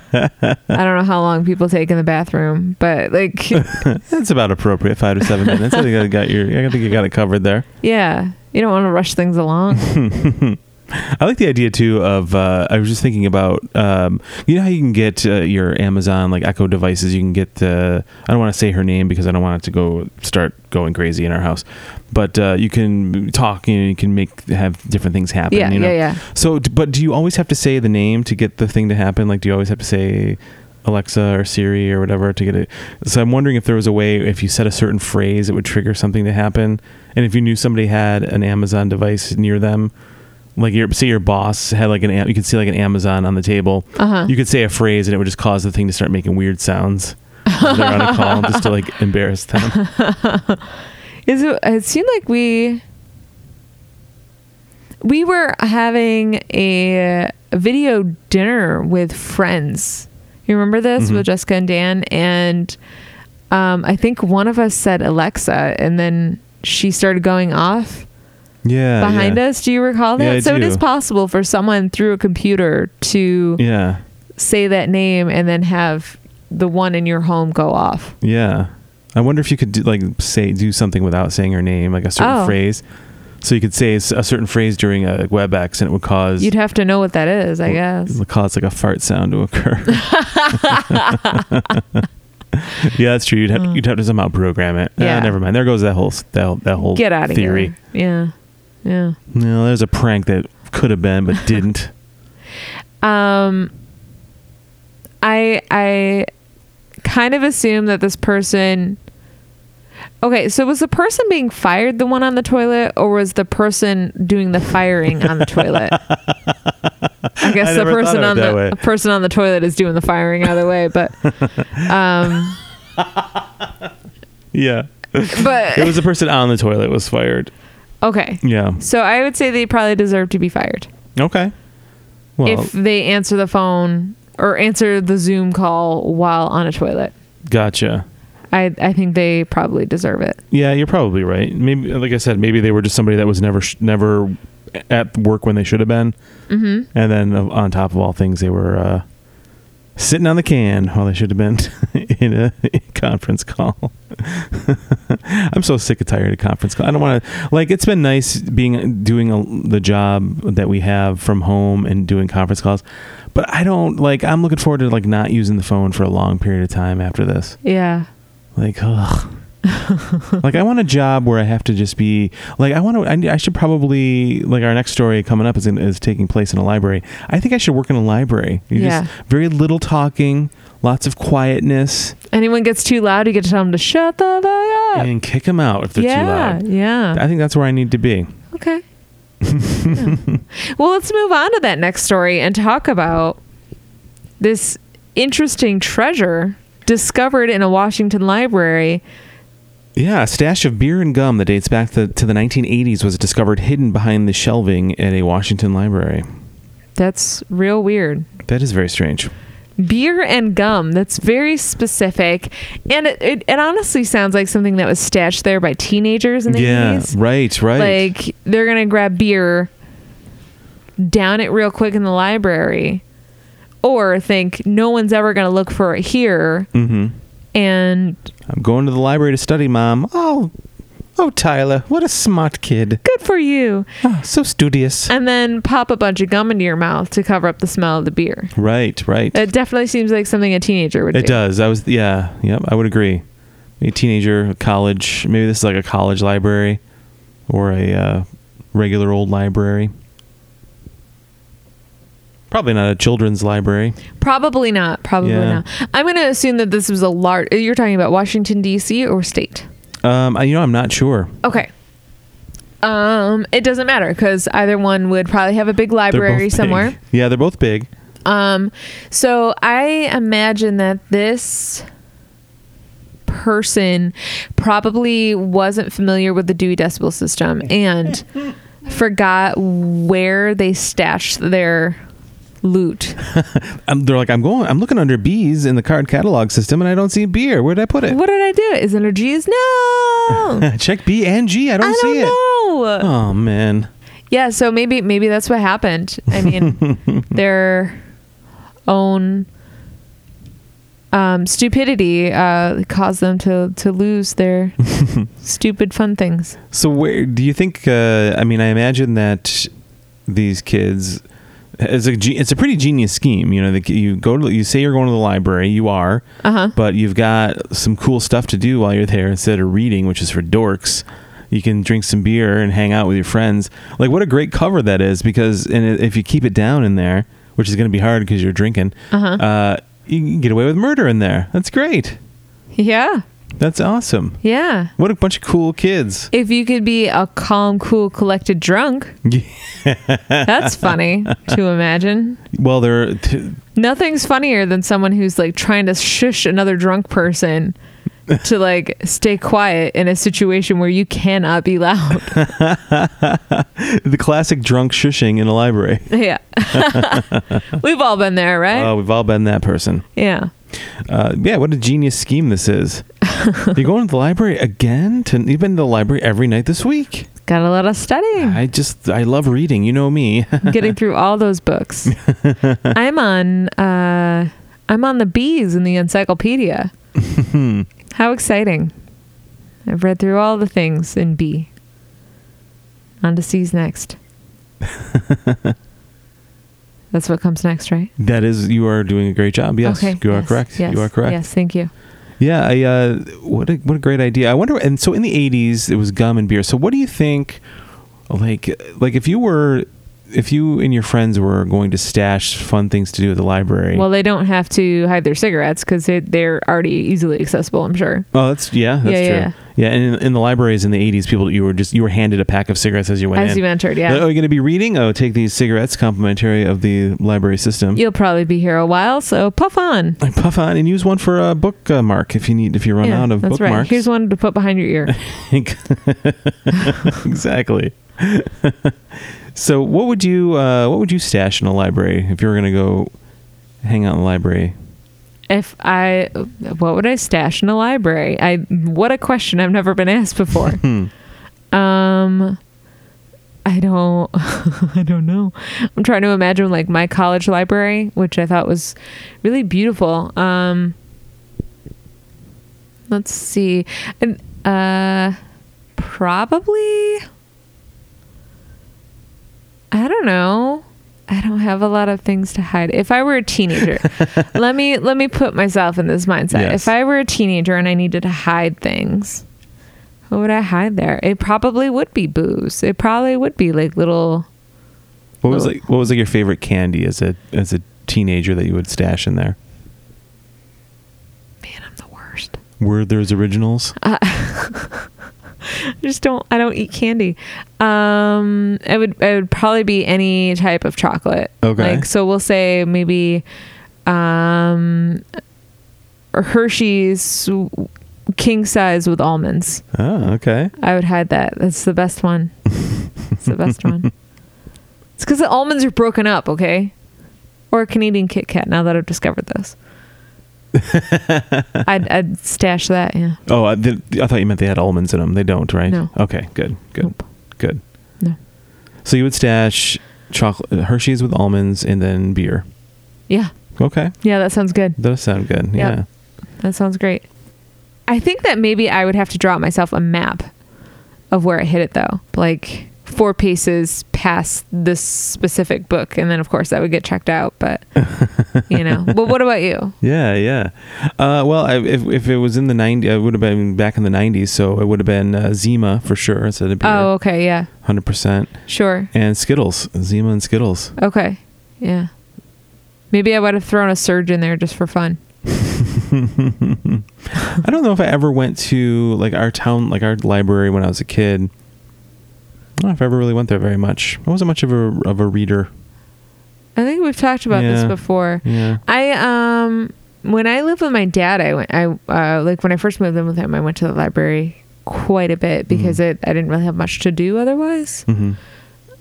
A: don't know how long people take in the bathroom, but like,
B: That's about appropriate, five to seven minutes. I think I got your. I think you got it covered there.
A: yeah, you don't want to rush things along.
B: I like the idea too of uh, I was just thinking about um, you know how you can get uh, your Amazon like Echo devices. You can get the I don't want to say her name because I don't want it to go start going crazy in our house, but uh, you can talk and you can make have different things happen.
A: yeah,
B: you know?
A: yeah, yeah.
B: So, d- but do you always have to say the name to get the thing to happen? Like, do you always have to say Alexa or Siri or whatever to get it? So, I'm wondering if there was a way if you said a certain phrase, it would trigger something to happen, and if you knew somebody had an Amazon device near them, like your say your boss had like an Am- you could see like an Amazon on the table,
A: Uh huh.
B: you could say a phrase and it would just cause the thing to start making weird sounds. when They're on a call just to like embarrass them.
A: Is it? It seemed like we we were having a video dinner with friends. You remember this
B: Mhm.
A: with Jessica and Dan, and um, I think one of us said Alexa, and then she started going off.
B: Yeah,
A: behind
B: Uh, yeah.
A: us. Do you recall that?
B: Yeah, I
A: so it
B: do.
A: is possible for someone through a computer to
B: Yeah,
A: say that name and then have the one in your home go off.
B: Yeah. I wonder if you could do, like say do something without saying her name, like a certain
A: Oh.
B: phrase. So you could say s- a certain phrase during a WebEx, and it would cause
A: You'd have to know what that is, I
B: it
A: guess.
B: would cause like a fart sound to occur. yeah, that's true. You'd have, you'd have to somehow program it. Ah,
A: Uh. Yeah.
B: never mind. There goes that whole s- that, whole- that whole
A: Get out of
B: theory.
A: here. Yeah. Yeah.
B: No, there's a prank that could have been but didn't.
A: Um I I kind of assume that this person Okay, so was the person being fired the one on the toilet or was the person doing the firing on the toilet? I guess
B: I
A: the
B: never thought
A: person
B: of it
A: on
B: that
A: the
B: way.
A: person on the toilet is doing the firing either way, but um
B: yeah, it
A: but
B: was the person on the toilet was fired.
A: okay.
B: Yeah.
A: So I would say they probably deserve to be fired.
B: Okay. Well,
A: if they answer the phone or answer the Zoom call while on a toilet.
B: gotcha.
A: I I think they probably deserve it.
B: Yeah, you're probably right. Maybe, like I said, maybe they were just somebody that was never sh- never at work when they should have been,
A: Mm-hmm.
B: and then uh, on top of all things, they were uh, sitting on the can while they should have been in a conference call. I'm so sick and tired of conference call. I don't want to like. It's been nice being doing a, the job that we have from home and doing conference calls, but I don't like. I'm looking forward to like not using the phone for a long period of time after this.
A: Yeah.
B: Like, ugh. like I want a job where I have to just be like I want to. I, I should probably like our next story coming up is in, is taking place in a library. I think I should work in a library. You
A: Yeah.
B: just very little talking, lots of quietness,
A: Anyone gets too loud, you get to tell them to shut the fuck up.
B: and kick them out if they're too
A: Uh, yeah.
B: loud.
A: Yeah.
B: I think that's where I need to be.
A: okay. Yeah. Well, let's move on to that next story and talk about this interesting treasure discovered in a Washington library.
B: Yeah, a stash of beer and gum that dates back to, to the 1980s was discovered hidden behind the shelving at a Washington library.
A: That's real weird.
B: That is very strange.
A: beer and gum that's very specific and it, it, it honestly sounds like something that was stashed there by teenagers in the
B: yeah,
A: 80s
B: right, right.
A: like they're gonna grab beer down it real quick in the library or think no one's ever gonna look for it here
B: mm-hmm.
A: and
B: I'm going to the library to study, Mom. Oh, Oh, Tyler, what a smart kid.
A: Good for you.
B: Ah, so studious.
A: And then pop a bunch of gum into your mouth to cover up the smell of the beer.
B: Right, right.
A: It definitely seems like something a teenager would
B: It
A: do.
B: does. I was yeah, yep. I would agree. A teenager, a college. Maybe this is like a college library, or a uh, regular old library. Probably not a children's library.
A: Probably not. Probably
B: Yeah.
A: not. I'm going to assume that this was a large. You're talking about Washington, D.C. or state?
B: Um, I, you know, I'm not sure.
A: Okay. Um, it doesn't matter because either one would probably have a big
B: They're both
A: library
B: big.
A: somewhere.
B: Yeah, they're both big.
A: Um, so I imagine that this person probably wasn't familiar with the Dewey Decimal System and forgot where they stashed their loot.
B: Um, they're like, I'm going. I'm looking under bees in the card catalog system, and I don't see beer. Where did I put it?
A: What did I do? Is it a G's? No, I
B: Check B and G. I don't
A: don't
B: see it.
A: know.
B: Oh man.
A: Yeah, so maybe maybe that's what happened. I mean, their own um, stupidity uh, caused them to to lose their stupid fun things.
B: So where do you think? Uh, I mean, I imagine that these kids. It's a ge- it's a pretty genius scheme, you know. The, ki- you go to you say you're going to the library, you are,
A: Uh-huh.
B: but you've got some cool stuff to do while you're there instead of reading, which is for dorks. You can drink some beer and hang out with your friends. Like what a great cover that is! Because and i- if you keep it down in there, which is going to be hard because you're drinking,
A: Uh-huh.
B: uh, you can get away with murder in there. That's great.
A: Yeah,
B: That's awesome.
A: yeah.
B: What a bunch of cool kids.
A: If you could be a calm, cool, collected drunk, that's funny to imagine.
B: Well, they're t-
A: Nothing's funnier than someone who's like trying to shush another drunk person to like stay quiet in a situation where you cannot be loud.
B: the classic drunk shushing in a library.
A: Yeah. We've all been there, right?
B: Oh, we've all been that person.
A: yeah.
B: Uh, yeah, what a genius scheme this is. You're going to the library again? To, you've been to the library every night this week.
A: Got a lot of studying.
B: I just, I love reading. You know me.
A: Getting through all those books. I'm on uh I'm on the bees in the encyclopedia. How exciting. I've read through all the things in B. On to C's next. That's what comes next, right?
B: that is, you are doing a great job. Yes, you are
A: yes,
B: correct.
A: Yes,
B: you are correct.
A: Yes, thank you.
B: Yeah, I, uh, what a what a great idea. I wonder. And so in the '80s, it was gum and beer. So what do you think? Like like if you were if you and your friends were going to stash fun things to do at the library.
A: Well, they don't have to hide their cigarettes because they're, they're already easily accessible, I'm sure.
B: Oh, that's yeah, that's
A: Yeah, yeah,
B: true. Yeah, and in, in the libraries in the '80s, people you were just you were handed a pack of cigarettes as you went
A: As
B: in.
A: you entered, yeah.
B: Like, oh, you're going to be reading. Oh, take these cigarettes, complimentary of the library system.
A: You'll probably be here a while, so puff on.
B: Like, Puff on and use one for a book uh, mark if you need if you run
A: Yeah,
B: out of
A: that's right.
B: bookmarks.
A: Here's one to put behind your ear.
B: exactly. so, what would you uh, what would you stash in a library if you were going to go hang out in the library?
A: if I, what would I stash in a library? I what a question I've never been asked before.
B: Hmm.
A: um, I don't, I don't know. I'm trying to imagine like my college library, which I thought was really beautiful. Um, let's see, and uh, probably. I don't know. I don't have a lot of things to hide. If I were a teenager, let me let me put myself in this mindset.
B: Yes.
A: If I were a teenager and I needed to hide things, what would I hide there? It probably would be booze. It probably would be like little
B: What was
A: Oh.
B: like what was like your favorite candy as a as a teenager that you would stash in there?
A: man, I'm the worst.
B: Werther's Originals.
A: Uh, I just don't I don't eat candy. Um it would it would probably be any type of chocolate.
B: Okay.
A: Like so we'll say maybe um Hershey's king size with almonds.
B: Oh, okay.
A: I would hide that. That's the best one. It's the best one. It's because the almonds are broken up, okay? Or a Canadian Kit Kat. Now that I've discovered those, I'd, I'd stash that. Yeah.
B: Oh, I, th- I thought you meant they had almonds in them. They don't, right?
A: No.
B: Okay. Good. Good.
A: Nope.
B: Good.
A: No.
B: So you would stash chocolate Hershey's with almonds and then beer.
A: Yeah.
B: Okay.
A: Yeah. That sounds good.
B: That does sound good. Yeah.
A: That sounds great. I think that maybe I would have to draw myself a map of where it hit it though. Like four paces past this specific book, and then of course that would get checked out. But you know, but what about you?
B: Yeah, yeah. Uh, well, I, if if it was in the 90s, it would have been back in the nineties, so it would have been uh, Zima for sure instead of
A: Oh, okay, yeah,
B: hundred percent,
A: sure,
B: and Skittles, Zima and Skittles.
A: okay, yeah. Maybe I would have thrown a surge in there just for fun.
B: I don't know if I ever went to like our town, like our library when I was a kid. I don't know if I ever really went there very much. I wasn't much of a of a reader.
A: I think we've talked about this
B: Yeah.
A: before.
B: Yeah.
A: I um when I lived with my dad, I went I uh, like when I first moved in with him, I went to the library quite a bit because
B: Mm-hmm.
A: it I didn't really have much to do otherwise.
B: hmm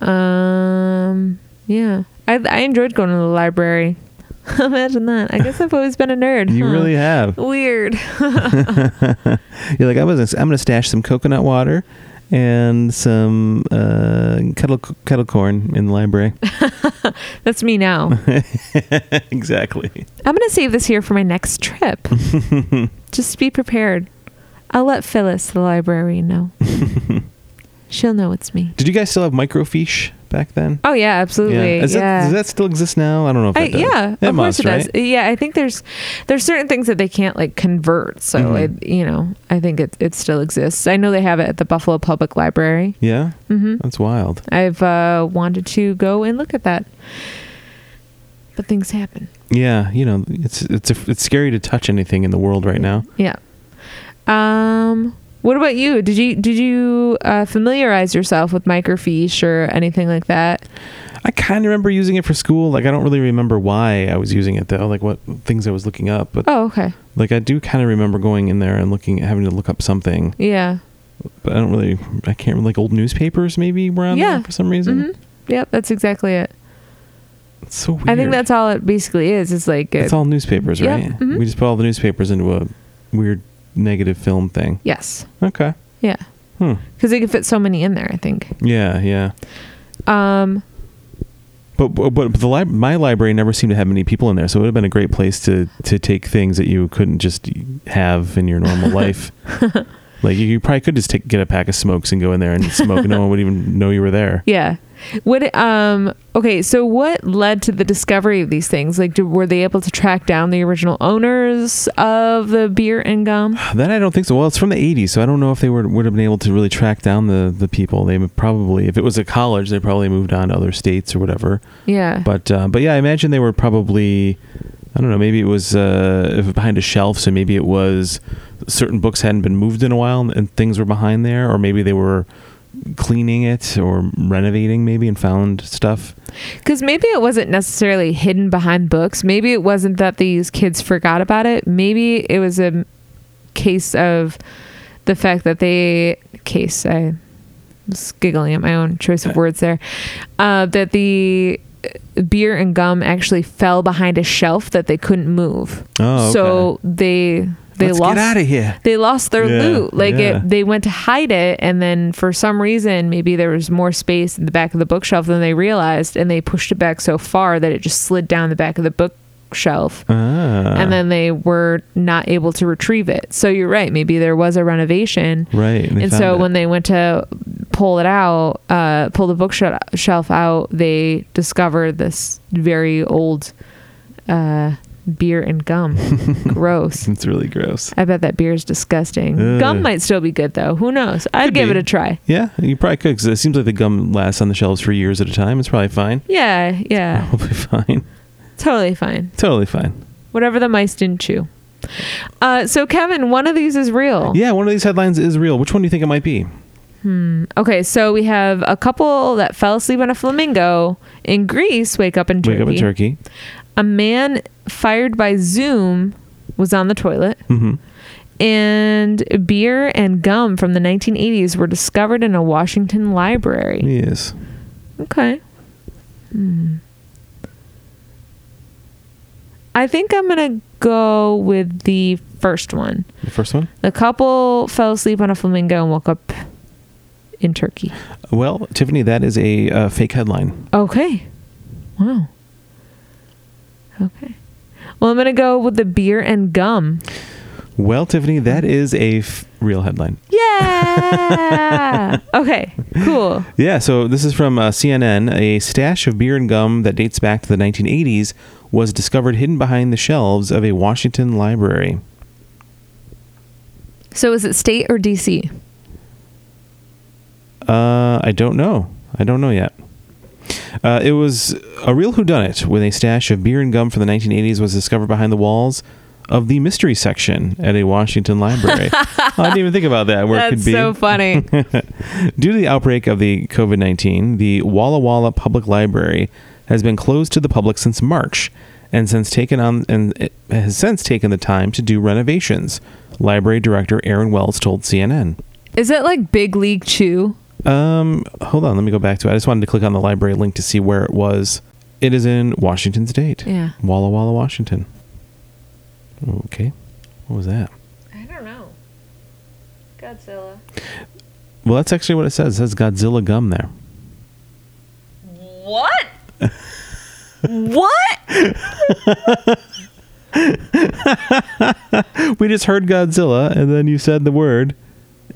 A: Um yeah. I I enjoyed going to the library. Imagine that. I guess I've always been a nerd.
B: You
A: huh?
B: really have.
A: weird.
B: You're like I was. I'm gonna stash some coconut water and some uh, kettle kettle corn in the library.
A: That's me now.
B: exactly.
A: I'm gonna save this here for my next trip. Just be prepared. I'll let Phyllis, the librarian, know. She'll know it's me.
B: Did you guys still have microfiche back then?
A: Oh yeah, absolutely. Yeah.
B: Is That, does that still exist now? I don't know if
A: I,
B: it does.
A: yeah, of
B: it uh, must,
A: course it
B: right?
A: does. Yeah, I think there's there's certain things that they can't like convert, so
B: Mhm.
A: it, you know I think it it still exists. I know they have it at the Buffalo Public Library.
B: Yeah,
A: hmm
B: that's wild.
A: I've uh, wanted to go and look at that, but things happen.
B: Yeah, you know, it's it's a, it's scary to touch anything in the world right now.
A: Yeah. Um. What about you? Did you did you uh, familiarize yourself with microfiche or anything like that?
B: I kind of remember using it for school. Like, I don't really remember why I was using it though. Like, what things I was looking up, but
A: Oh, okay.
B: like I do kind of remember going in there and looking, having to look up something.
A: Yeah.
B: But I don't really, I can't like old newspapers maybe were on
A: Yeah.
B: there for some reason.
A: hmm Yep. That's exactly it.
B: It's so weird.
A: I think that's all it basically is. It's like a-
B: it's all newspapers,
A: Yep,
B: right?
A: mhm.
B: We just put all the newspapers into a weird negative film thing.
A: yes.
B: Okay.
A: Yeah.
B: Hmm.
A: because they can fit so many in there. I think.
B: Yeah, yeah.
A: Um,
B: But but, but the lib- my library never seemed to have many people in there, so it would have been a great place to to take things that you couldn't just have in your normal life. Like you, you probably could just take get a pack of smokes and go in there and smoke, and no one would even know you were there.
A: yeah. What? Um, okay. So, what led to the discovery of these things? Like, do, were they able to track down the original owners of the beer and gum?
B: That I don't think so. Well, it's from the '80s, so I don't know if they were, would have been able to really track down the the people. They would probably, if it was a college, they probably moved on to other states or whatever.
A: Yeah.
B: But uh, but yeah, I imagine they were probably I don't know. Maybe it was uh, if behind a shelf, so maybe it was certain books hadn't been moved in a while, and, and things were behind there, or maybe they were cleaning it or renovating, maybe, and found stuff.
A: Because maybe it wasn't necessarily hidden behind books. Maybe it wasn't that these kids forgot about it. Maybe it was a case of the fact that they case. I was giggling at my own choice of words there. Uh, that the uh, beer and gum actually fell behind a shelf that they couldn't move.
B: Oh,
A: so they they
B: Let's
A: lost
B: Get out of here.
A: they lost their
B: Yeah,
A: loot. Like
B: yeah.
A: it, they went to hide it, and then for some reason, maybe there was more space in the back of the bookshelf than they realized, and they pushed it back so far that it just slid down the back of the bookshelf,
B: Ah,
A: and then they were not able to retrieve it. So you're right. Maybe there was a renovation,
B: right,
A: and so when they went to pull it out, uh, pull the bookshelf shelf out, they discovered this very old uh, beer and gum. Gross.
B: it's really gross.
A: I bet that beer is disgusting.
B: Ugh.
A: Gum might still be good though. Who knows? I'd
B: Could
A: give it
B: be.
A: a try.
B: Yeah, you probably could 'cause it seems like the gum lasts on the shelves for years at a time. It's probably fine.
A: Yeah, yeah.
B: Probably fine.
A: Totally fine.
B: Totally fine.
A: Whatever the mice didn't chew. Uh, so Kevin, one of these is real.
B: Yeah, one of these headlines is real. Which one do you think it might be?
A: Okay, so we have a couple that fell asleep on a flamingo in Greece wake up in Turkey.
B: Wake up in Turkey.
A: A man fired by Zoom was on the toilet.
B: Mm-hmm.
A: And beer and gum from the 1980s were discovered in a Washington library.
B: Yes.
A: Okay. Hmm. I think I'm going to go with the first one.
B: The first one?
A: The couple fell asleep on a flamingo and woke up in Turkey.
B: Well, Tiffany, that is a uh, fake headline.
A: Okay. Wow. Okay. Well, I'm going to go with the beer and gum.
B: Well, Tiffany, that is a f- real headline.
A: Yeah. okay. Cool.
B: Yeah, so this is from uh, CNN. A stash of beer and gum that dates back to the 1980s was discovered hidden behind the shelves of a Washington library.
A: So is it state or DC?
B: Uh, I don't know. I don't know yet. Uh, it was a real whodunit when a stash of beer and gum from the 1980s was discovered behind the walls of the mystery section at a Washington library. I didn't even think about that. Where it
A: That's
B: could be.
A: so funny.
B: Due to the outbreak of the COVID 19, the Walla Walla Public Library has been closed to the public since March and since taken on and it has since taken the time to do renovations, library director Aaron Wells told CNN.
A: is it like Big League Chew?
B: Um, hold on, let me go back to it. I just wanted to click on the library link to see where it was. It is in Washington State.
A: Yeah.
B: Walla Walla, Washington. Okay. What was that?
A: I don't know. Godzilla.
B: Well, that's actually what it says. It says Godzilla gum there.
A: What? what?
B: We just heard Godzilla, and then you said the word,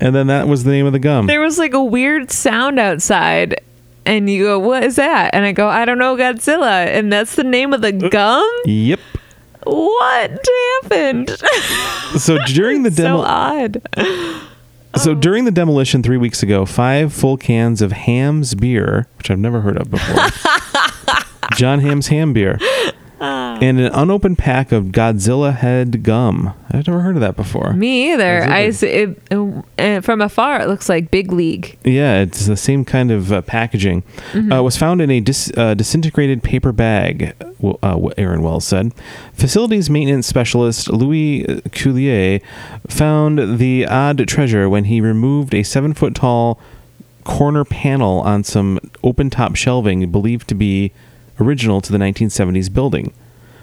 B: and then that was the name of the gum.
A: There was like a weird sound outside. And you go, what is that? And I go, I don't know, Godzilla. And that's the name of the
B: Uh.
A: gum?
B: yep.
A: What happened?
B: So during the
A: so
B: demo,
A: odd.
B: So during the demolition three weeks ago, five full cans of Ham's beer, which I've never heard of before, John Ham's ham beer, and an unopened pack of Godzilla head gum. I've never heard of that before.
A: Me either.
B: Godzilla.
A: I s- it, uh, from afar, it looks like Big League.
B: Yeah, it's the same kind of uh, packaging. Uh, was found in a dis- uh, disintegrated paper bag, w- uh, w- Aaron Wells said. Facilities maintenance specialist Louis uh, Coulier found the odd treasure when he removed a seven foot tall corner panel on some open top shelving believed to be original to the 1970s building.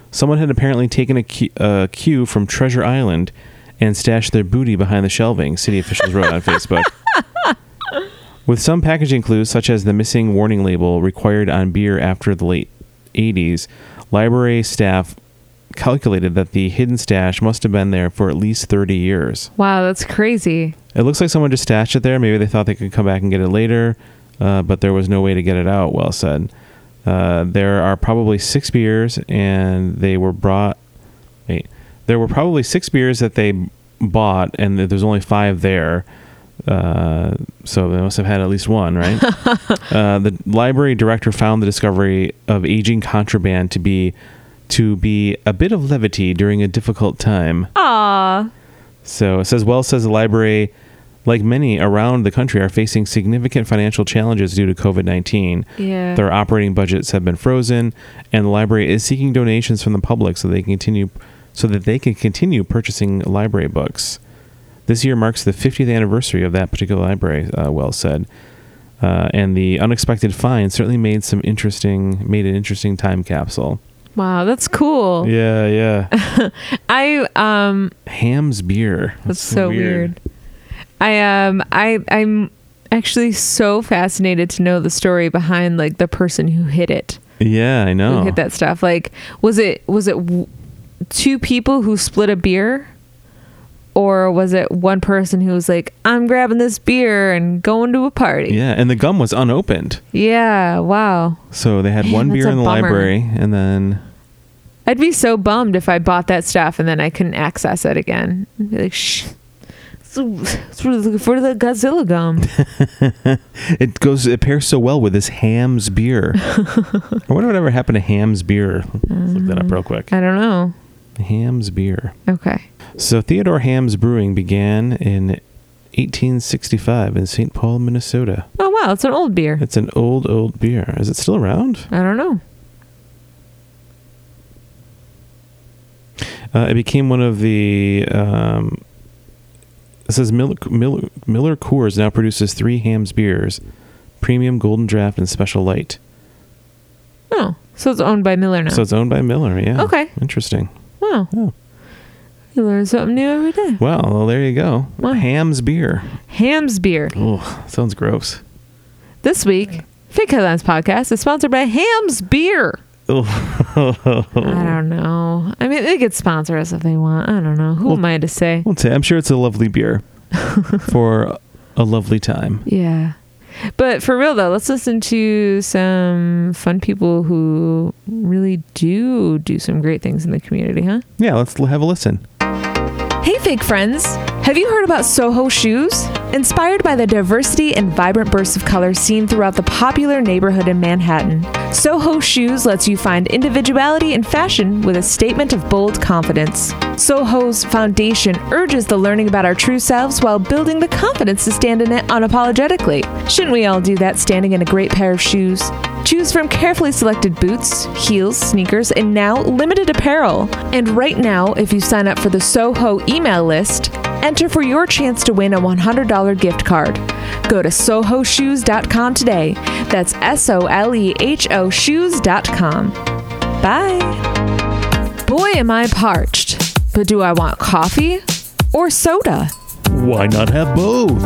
B: Someone had apparently taken a cu- a cue from Treasure Island and stashed their booty behind the shelving, city officials wrote on Facebook. With some packaging clues, such as the missing warning label required on beer after the late 80s, library staff calculated that the hidden stash must have been there for at least 30 years.
A: Wow, that's crazy.
B: It looks like someone just stashed it there. Maybe they thought they could come back and get it later, uh, but there was no way to get it out, Well said. Uh, there are probably six beers, and they were brought. Wait. There were probably six beers that they bought, and there's only five there. Uh, so they must have had at least one, right? uh, the library director found the discovery of aging contraband to be to be a bit of levity during a difficult time.
A: Aw.
B: So it says Wells says the library, like many around the country, are facing significant financial challenges due to COVID 19.
A: Yeah.
B: Their operating budgets have been frozen, and the library is seeking donations from the public so they continue so that they can continue purchasing library books. This year marks the 50th anniversary of that particular library, uh, Wells said. Uh, and the unexpected find certainly made some interesting made an interesting time capsule.
A: Wow, that's cool.
B: Yeah, yeah.
A: I um
B: Ham's beer.
A: that's so weird. I um I I'm actually so fascinated to know the story behind like the person who hid it.
B: Yeah, I know.
A: Who hid that stuff? Like was it was it w- two people who split a beer? Or was it one person who was like, "I'm grabbing this beer and going to a party"?
B: Yeah, and the gum was unopened.
A: Yeah, wow.
B: So they had
A: Man,
B: one
A: that's
B: beer
A: a
B: in the
A: bummer.
B: library and then
A: I'd be so bummed if I bought that stuff and then I couldn't access it again. I'd be like, shh. So, so we're looking for the Godzilla gum.
B: it goes it pairs so well with this Ham's beer. I wonder whatever happened to Ham's beer. Let's look that up real quick.
A: I don't know.
B: Ham's beer.
A: Okay.
B: So Theodore Ham's Brewing began in 1865 in St. Paul, Minnesota.
A: Oh wow, it's an old beer.
B: It's an old old beer. Is it still around?
A: I don't know.
B: Uh, it became one of the. Um, it says Miller, Miller, Miller Coors now produces three Ham's beers, premium, golden draft, and special light.
A: Oh, so it's owned by Miller now.
B: So it's owned by Miller. Yeah.
A: Okay.
B: Interesting.
A: wow,
B: Oh.
A: you learn something new every day.
B: Well, well, there you go.
A: Wow.
B: Ham's beer.
A: Ham's beer.
B: Oh, sounds gross.
A: This week, Fake Headlines podcast is sponsored by Ham's beer.
B: Oh,
A: I don't know. I mean, they could sponsor us if they want. I don't know. Who
B: Well-
A: am I to say?
B: Won't say. I'm sure it's a lovely beer for a lovely time.
A: Yeah. But for real though, let's listen to some fun people who really do do some great things in the community, huh?
B: Yeah, let's l- have a listen.
A: Hey, fake friends! Have you heard about Soho Shoes? Inspired by the diversity and vibrant bursts of color seen throughout the popular neighborhood in Manhattan, Soho Shoes lets you find individuality in fashion with a statement of bold confidence. Soho's foundation urges the learning about our true selves while building the confidence to stand in it unapologetically. Shouldn't we all do that standing in a great pair of shoes? Choose from carefully selected boots, heels, sneakers, and now limited apparel. And right now, if you sign up for the Soho email list, enter for your chance to win a $100 gift card. Go to sohoshoes.com today. That's S O L E H O shoes.com. Bye. Boy, am I parched. But do I want coffee or soda?
B: Why not have both?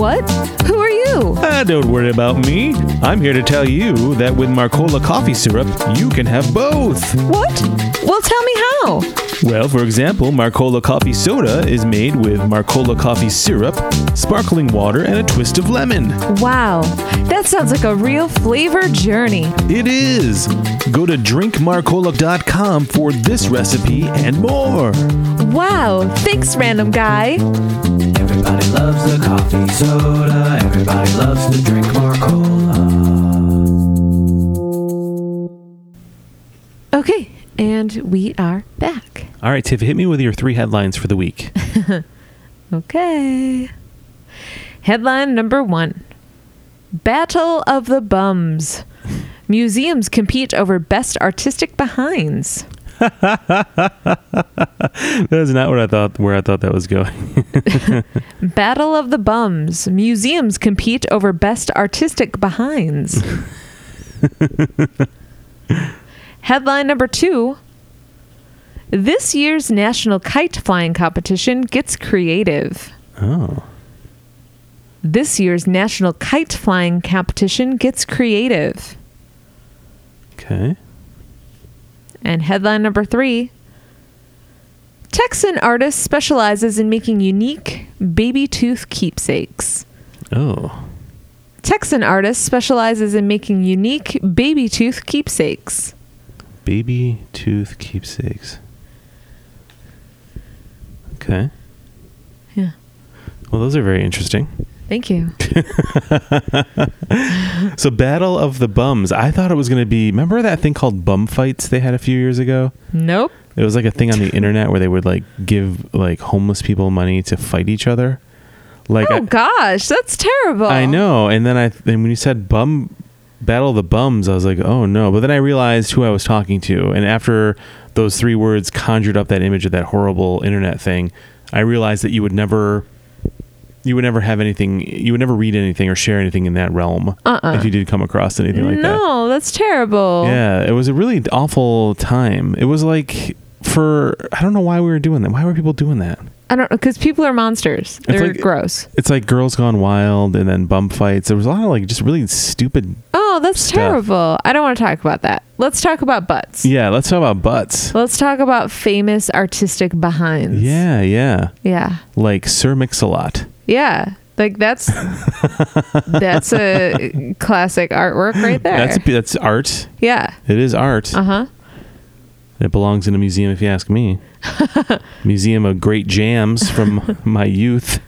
A: What? Who are you?
B: Ah, don't worry about me. I'm here to tell you that with Marcola coffee syrup, you can have both.
A: What? Well, tell me how.
B: Well, for example, Marcola coffee soda is made with Marcola coffee syrup, sparkling water, and a twist of lemon.
A: Wow, that sounds like a real flavor journey.
B: It is. Go to drinkmarcola.com for this recipe and more.
A: Wow, thanks, random guy.
C: Everybody loves the coffee soda. Everybody loves to drink more cola.
A: Okay, and we are back.
B: All right, Tiff, hit me with your three headlines for the week.
A: Okay. Headline number one Battle of the Bums. Museums compete over best artistic behinds.
B: that is not what I thought where I thought that was going.
A: Battle of the Bums. Museums compete over best artistic behinds. Headline number two This year's National Kite Flying Competition gets creative.
B: Oh.
A: This year's National Kite Flying Competition gets creative.
B: Okay.
A: And headline number three Texan artist specializes in making unique baby tooth keepsakes.
B: Oh.
A: Texan artist specializes in making unique baby tooth keepsakes.
B: Baby tooth keepsakes. Okay.
A: Yeah.
B: Well, those are very interesting.
A: Thank you.
B: So, Battle of the Bums. I thought it was going to be. Remember that thing called Bum Fights they had a few years ago?
A: Nope.
B: It was like a thing on the internet where they would like give like homeless people money to fight each other. Like
A: oh gosh, that's terrible.
B: I, I know, and then I and when you said bum battle of the bums, I was like, oh no. But then I realized who I was talking to, and after those three words conjured up that image of that horrible internet thing, I realized that you would never. You would never have anything. You would never read anything or share anything in that realm
A: Uh-uh.
B: if you did come across anything like that.
A: no, that's terrible.
B: Yeah, it was a really awful time. It was like for I don't know why we were doing that. Why were people doing that?
A: I don't because people are monsters. They're
B: like-
A: gross.
B: It's like Girls Gone Wild and then bump fights. There was a lot of like just really stupid.
A: Oh, that's
B: Stuff.
A: terrible. I don't want to talk about that. Let's talk about butts.
B: Yeah, let's talk about butts.
A: Let's talk about famous artistic behinds.
B: Yeah, yeah.
A: Yeah.
B: Like Sir Mix-a-Lot.
A: Yeah. Like that's that's a classic artwork right there.
B: That's that's art.
A: yeah.
B: It is art.
A: Uh-huh.
B: It belongs in a museum if you ask me. museum of Great Jams from my youth.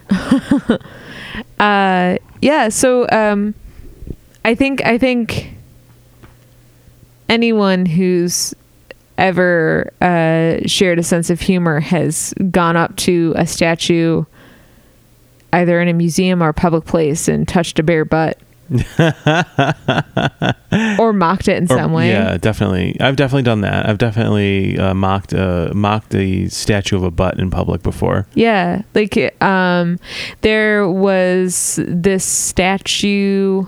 A: uh yeah so um i think i think anyone who's ever uh shared a sense of humor has gone up to a statue either in a museum or a public place and touched a bare butt or mocked it in
B: Or-
A: some way
B: Yeah, definitely. I've definitely done that. I've definitely uh, mocked uh, mocked a statue of a butt in public before.
A: Yeah, like um, there was this statue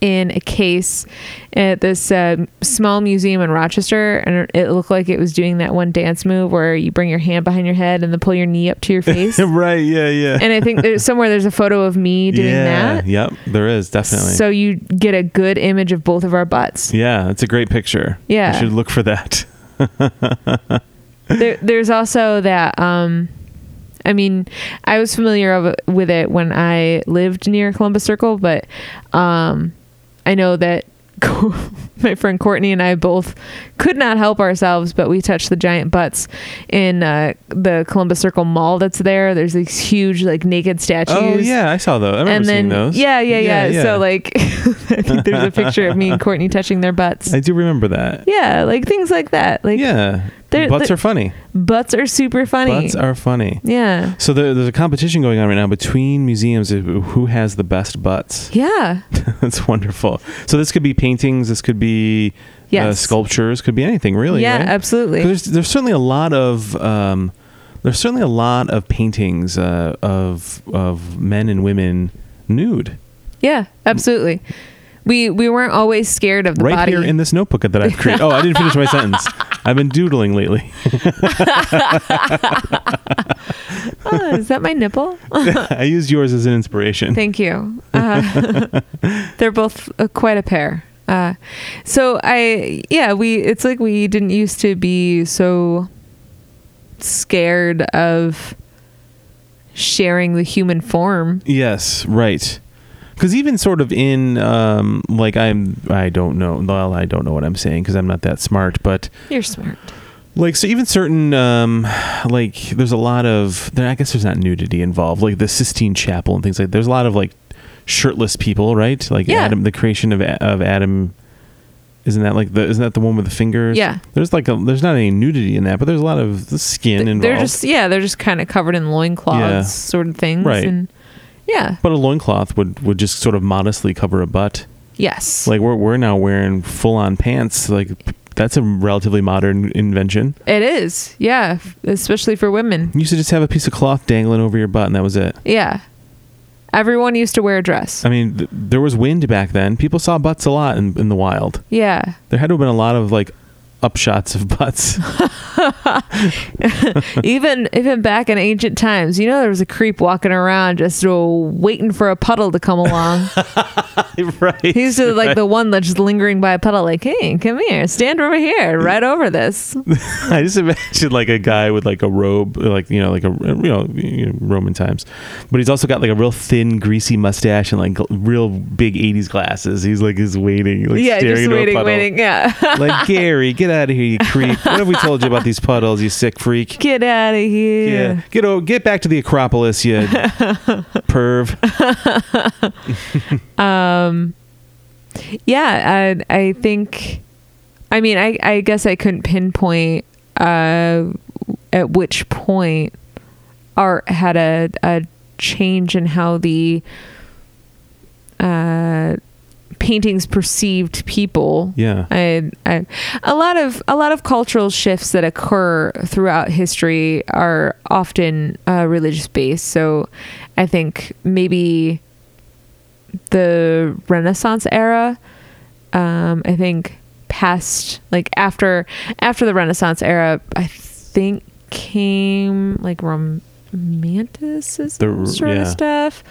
A: in a case at this uh, small museum in Rochester, and it looked like it was doing that one dance move where you bring your hand behind your head and then pull your knee up to your face.
B: right. Yeah. Yeah.
A: and I think there's somewhere there's a photo of me doing
B: yeah.
A: that.
B: Yep. There is definitely.
A: So you get a good image of both of our butts.
B: yeah, it's a great picture.
A: Yeah.
B: You should look for that.
A: There, there's also that. Um, I mean, I was familiar of, with it when I lived near Columbus Circle, but um, I know that my friend Courtney and I both could not help ourselves, but we touched the giant butts in uh, the Columbus Circle Mall that's there. There's these huge, like, naked statues.
B: Oh yeah, I saw those. I remember
A: and then
B: seeing those.
A: Yeah, yeah, yeah, So like, I think there's a picture of me and Courtney touching their butts.
B: I do remember that.
A: yeah, like things like that. Like
B: Yeah.
A: They're-
B: Butts
A: they're-
B: are funny.
A: butts are super funny.
B: Butts are funny.
A: yeah,
B: So there, there's a competition going on right now between museums of who has the best butts.
A: yeah,
B: Uh, That's wonderful. So this could be paintings. This could be uh,
A: Yes.
B: sculptures. Could be anything really.
A: yeah,
B: right? 'Cause
A: absolutely.
B: There's there's certainly a lot of um, there's certainly a lot of paintings uh, of of men and women nude
A: Yeah, absolutely. We we weren't always scared of the
B: right
A: body.
B: here in this notebook that I've created. oh, I didn't finish my sentence. I've been doodling lately.
A: oh, is that my nipple?
B: I used yours as an inspiration.
A: Thank you. Uh, they're both uh, quite a pair. Uh, so I, yeah, we. It's like we didn't used to be so scared of sharing the human form.
B: Yes, right. Because even sort of in um, like I'm I don't know well I don't know what I'm saying because I'm not that smart but
A: You're smart.
B: like so even certain um, like there's a lot of there I guess there's not nudity involved like the Sistine Chapel and things like there's a lot of like shirtless people right like
A: Yeah.
B: Adam the creation of A- of Adam isn't that like the isn't that the one with the fingers
A: Yeah.
B: there's like a, there's not any nudity in that but there's a lot of the skin involved
A: They're just yeah, they're just kind of covered in loincloths,
B: Yeah.
A: sort of things.
B: Right.
A: And yeah.
B: but a loincloth would would just sort of modestly cover a butt.
A: Yes.
B: Like we're we're now wearing full on pants. Like that's a relatively modern invention.
A: it is. Yeah, especially for women.
B: You used to just have a piece of cloth dangling over your butt, and that was it.
A: Yeah. Everyone used to wear a dress.
B: I mean, th- there was wind back then. People saw butts a lot in, in the wild.
A: yeah.
B: There had to have been a lot of like upshots of butts.
A: even even back in ancient times, you know, there was a creep walking around just uh, waiting for a puddle to come along.
B: right.
A: He's just like the one that's just lingering by a puddle, like, "Hey, come here, stand over here, right over this."
B: I just imagine like a guy with like a robe, like you know, like a you know, you know, Roman times, but he's also got like a real thin, greasy mustache and like gl- real big '80s glasses. He's like he's waiting, like
A: yeah,
B: staring
A: just
B: into a
A: waiting,
B: puddle.
A: waiting. Yeah,
B: like Gary, get out of here, you creep! What have we told you about these puddles, you sick freak?
A: get out of here.
B: get o- get back to the Acropolis, you perv.
A: Yeah, I, I think. I mean, I I guess I couldn't pinpoint uh, at which point art had a a change in how the uh, paintings perceived people.
B: Yeah.
A: I, I, a lot of a lot of cultural shifts that occur throughout history are often uh, religious based. So, I think maybe the Renaissance era. Um, I think past like after after the Renaissance era, I think came like romanticism
B: The-
A: sort
B: yeah.
A: of stuff.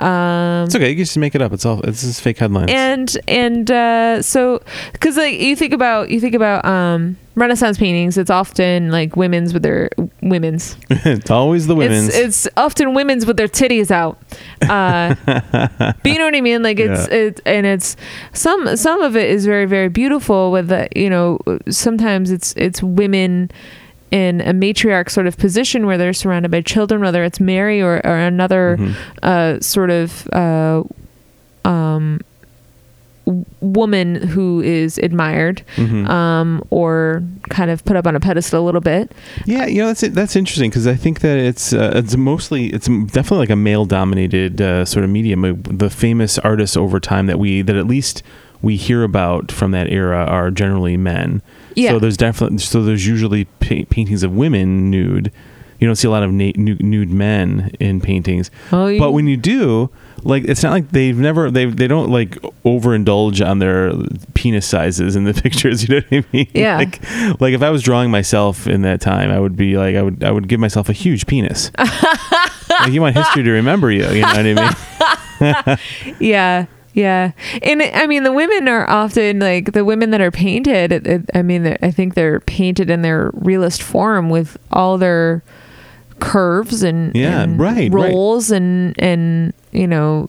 A: Um,
B: It's okay. You can just make it up. It's all. It's just fake headlines.
A: and and uh, so because like you think about you think about um, Renaissance paintings, it's often like women's with their women's
B: it's always the women's.
A: it's, it's often women's with their titties out. Uh, but you know what I mean? Like it's
B: Yeah.
A: it's and it's some some of it is very very beautiful. With the, you know sometimes it's it's women in a matriarch sort of position where they're surrounded by children, whether it's Mary or or another
B: Mhm.
A: uh, sort of. Uh, um, w- woman who is admired
B: Mhm.
A: um, or kind of put up on a pedestal a little bit
B: Yeah, you know that's it. that's interesting because I think that it's uh, it's mostly it's m- definitely like a male dominated uh, sort of medium. Uh, The famous artists over time that we that at least we hear about from that era are generally men.
A: Yeah.
B: So there's definitely so there's usually pa- paintings of women nude. You don't see a lot of na- nu- nude men in paintings.
A: Oh, you-
B: but when you do, like it's not like they've never they they don't like overindulge on their penis sizes in the pictures. You know what I mean?
A: Yeah.
B: Like, like if I was drawing myself in that time, I would be like I would I would give myself a huge penis. like you want history to remember you. You know what I mean?
A: Yeah. Yeah. And I mean, the women are often like the women that are painted. it- it- I mean, I think they're painted in their realist form with all their curves and,
B: Yeah,
A: and
B: right, right.
A: rolls and, and, you know,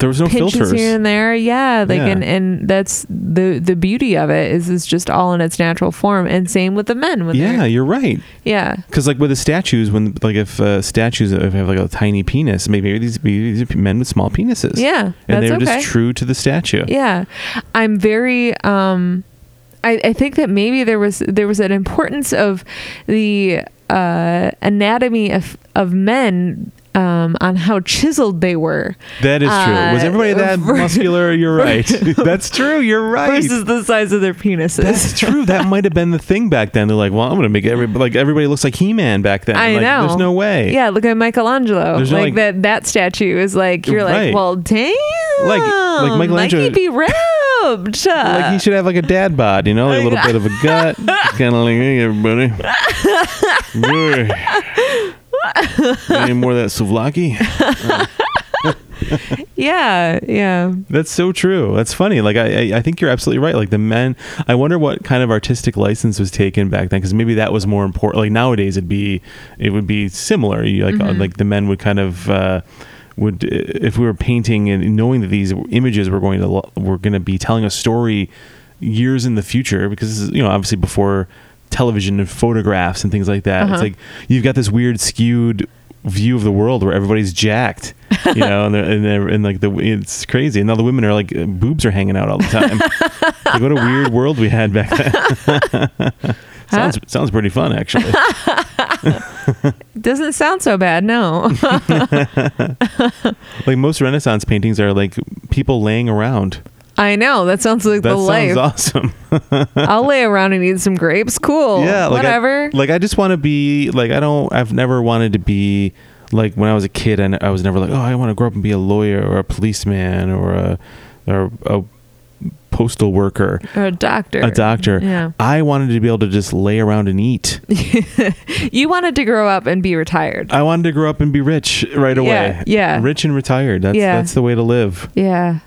B: There was no
A: pinches
B: Oh, filters.
A: here and there. Yeah. Like,
B: Yeah.
A: and, and that's the, the beauty of it is it's just all in its natural form. And same with the men. When
B: yeah,
A: they're-
B: you're right.
A: Yeah.
B: Because like with the statues, when like if uh, statues if have like a tiny penis, maybe, maybe these maybe these are men with small penises.
A: Yeah,
B: and they
A: that's
B: were
A: okay.
B: just true to the statue.
A: yeah i'm very um I, I think that maybe there was there was an importance of the uh anatomy of of men um on how chiseled they were
B: That is true. Was
A: Uh,
B: everybody that
A: ver-
B: muscular? You're right. That's true. You're right.
A: versus the size of their penises
B: That's true. That might have been the thing back then. They're like, well, I'm gonna make every like everybody looks like He-Man back then.
A: I
B: Like,
A: know.
B: There's no way.
A: Yeah, look at Michelangelo.
B: There's
A: Like,
B: no, like-
A: that that statue is like you're
B: Right.
A: like, well, damn.
B: Like- like Michelangelo-
A: Mikey be rubbed.
B: Like he should have like a dad bod, you know, like a little bit of a gut, kind of like hey everybody. Boy. Any more of that souvlaki?
A: yeah, yeah.
B: That's so true. That's funny. Like I, I, I think you're absolutely right. Like the men, I wonder what kind of artistic license was taken back then, because maybe that was more important. Like nowadays, it'd be, it would be similar. You, like, uh, like the men would kind of. Uh, would if we were painting and knowing that these images were going to lo- were going to be telling a story years in the future because this is, you know obviously before television and photographs and things like that it's
A: Uh-huh.
B: like you've got this weird skewed view of the world where everybody's jacked you know and they're, and, they're, and like the it's crazy and now the women are like uh, boobs are hanging out all the time like what a weird world we had back then sounds sounds pretty fun actually
A: Doesn't sound so bad, no.
B: like most renaissance paintings are like people laying around
A: I know. That sounds like
B: that
A: the life.
B: sounds awesome
A: I'll lay around and eat some grapes. Cool.
B: Yeah, like
A: Whatever.
B: I, like I just want to be like I don't. I've never wanted to be like when I was a kid. I, I was never like, oh, I want to grow up and be a lawyer or a policeman or a or a postal worker,
A: or a doctor.
B: a doctor.
A: Yeah.
B: I wanted to be able to just lay around and eat.
A: You wanted to grow up and be retired.
B: I wanted to grow up and be rich right
A: Yeah,
B: away.
A: yeah.
B: Rich and retired. That's
A: Yeah.
B: that's the way to live.
A: yeah.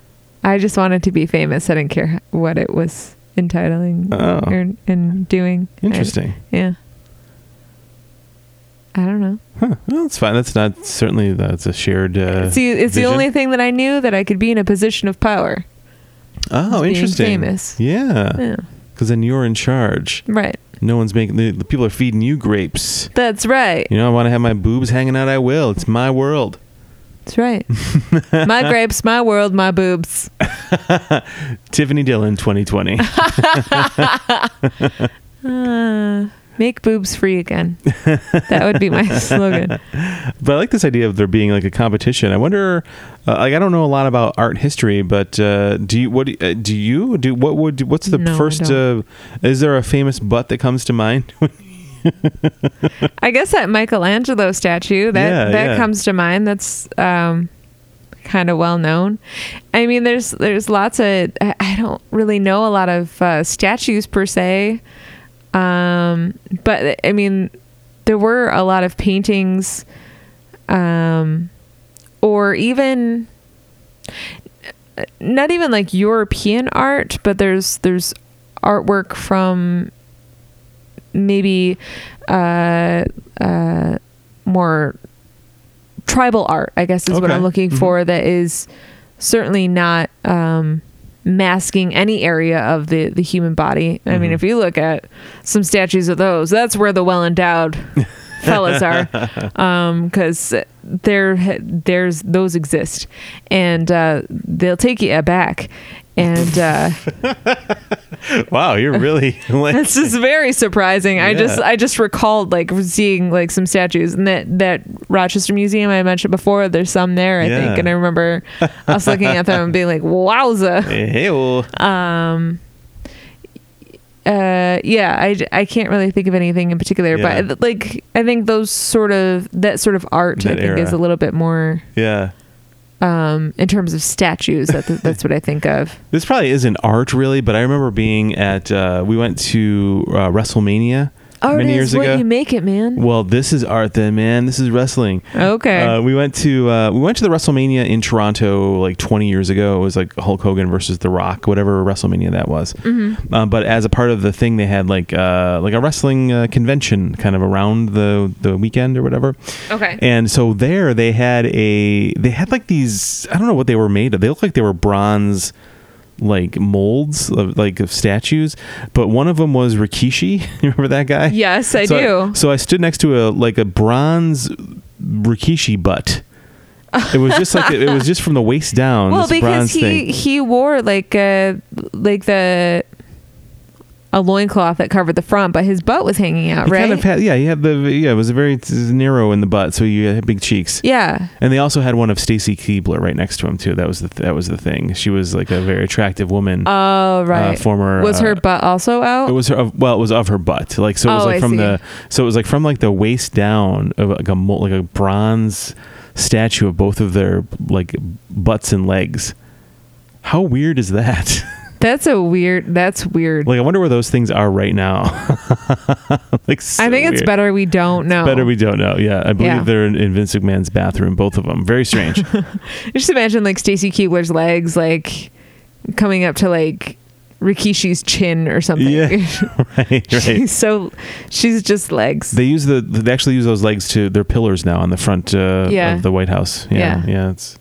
A: I just wanted to be famous. I didn't care what it was entitling
B: Oh.
A: or, and doing. I-
B: Interesting.
A: yeah. I don't know.
B: Huh. Well, that's fine. That's not certainly that's a shared. Uh,
A: It's, the, it's the
B: vision.
A: only thing that I knew that I could be in a position of power.
B: Oh,
A: being
B: interesting.
A: famous.
B: Yeah.
A: Yeah.
B: Because then you're in charge.
A: Right.
B: No one's making the, the people are feeding you grapes.
A: That's right.
B: You know, I want to have my boobs hanging out. I will. It's my world.
A: That's right. my grapes, my world, my boobs.
B: Tiffany Dillon, 2020.
A: Uh, make boobs free again. that would be my slogan.
B: but I like this idea of there being like a competition. I wonder. Uh, like, I don't know a lot about art history, but uh, do you? What do you- uh, do you do? What would? What's the
A: No, I
B: first? Uh,
A: don't.
B: is there a famous butt that comes to mind?
A: I guess that Michelangelo statue that
B: Yeah,
A: that
B: yeah.
A: comes to mind. That's um, kind of well known. I mean, there's there's lots of I, I don't really know a lot of uh, statues per se, um, but I mean there were a lot of paintings, um, or even not even like European art, but there's there's artwork from maybe uh, uh, more tribal art, I guess is what
B: Okay.
A: I'm looking for. That is certainly not um, masking any area of the the human body. I mean, if you look at some statues of those, that's where the well endowed fellas are, because there there's those exist, and uh, they'll take you aback. And uh,
B: wow, you're really like
A: it's just very surprising. I
B: Yeah.
A: just I just recalled like seeing like some statues and that that Rochester Museum I mentioned before. There's some there I
B: Yeah.
A: think, and I remember us looking at them and being like, "Wowza!"
B: hey, well,
A: Uh, yeah, I, j- I can't really think of anything in particular,
B: Yeah.
A: but like I think those sort of that sort of art I
B: That
A: think is a
B: era.
A: little bit more
B: yeah.
A: um, in terms of statues. That, that's what I think of.
B: This probably isn't art really, but I remember being at uh, we went to uh, WrestleMania
A: Art
B: many
A: Oh, is
B: years
A: what
B: ago.
A: you make it, man.
B: well, this is art then, man. This is wrestling.
A: Okay.
B: Uh, we went to uh, we went to the WrestleMania in Toronto like 20 years ago. It was like Hulk Hogan versus The Rock, whatever WrestleMania that was.
A: Mm-hmm.
B: Uh, but as a part of the thing, they had like uh, like a wrestling uh, convention kind of around the the weekend or whatever.
A: Okay.
B: And so there they had a they had like these I don't know what they were made of. They looked like they were bronze like molds of like of statues, but one of them was Rikishi. you remember that guy?
A: Yes, I
B: So
A: do.
B: so I stood next to a like a bronze Rikishi butt. It was just like it was just from the waist down.
A: well,
B: this
A: because
B: bronze
A: he
B: thing.
A: he wore like a like the a loincloth that covered the front, but his butt was hanging out,
B: He
A: right?
B: kind of had yeah, he had the yeah, it was very t- narrow in the butt, so you had big cheeks.
A: yeah.
B: And they also had one of Stacy Keebler right next to him too. That was the that was the thing. She was like a very attractive woman.
A: Oh right.
B: former,
A: was
B: uh,
A: her butt also out?
B: it was her of, well, it was of her butt. Like so, it was
A: Oh,
B: like
A: I
B: from
A: see.
B: the so it was like from like the waist down of like a mo- like a bronze statue of both of their like butts and legs. How weird is that?
A: that's a weird. That's weird.
B: like I wonder where those things are right now. like so
A: I think it's
B: weird.
A: better we don't know.
B: Better we don't know. Yeah, I believe
A: Yeah.
B: they're in, in Vince McMahon's bathroom. Both of them. Very strange.
A: just imagine like Stacy Keebler's legs like coming up to like Rikishi's chin or something.
B: Yeah, right. Right.
A: she's so she's just legs.
B: They use the they actually use those legs to their pillars now on the front uh,
A: Yeah.
B: of the White House. Yeah, yeah,
A: Yeah.
B: it's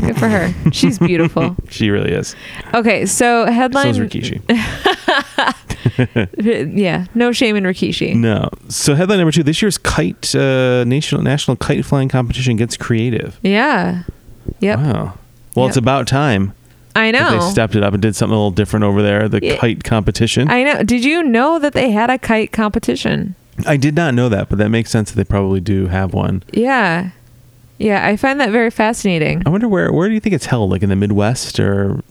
A: Good for her. She's beautiful.
B: she really is.
A: Okay, so
B: So
A: headline.
B: is Rikishi.
A: Yeah, no shame in Rikishi.
B: no. So headline number two: This year's kite uh, national national kite flying competition gets creative.
A: Yeah. Yep.
B: Wow. Well, it's
A: Yep.
B: about time
A: I
B: that
A: know.
B: they stepped it up and did something a little different over there. The
A: Yeah.
B: kite competition. I,
A: I know. Did you know that they had a kite competition?
B: did not know that, but that makes sense that they probably do have one.
A: Yeah. Yeah, I find that very fascinating.
B: I wonder where where do you think it's held? Like in the Midwest or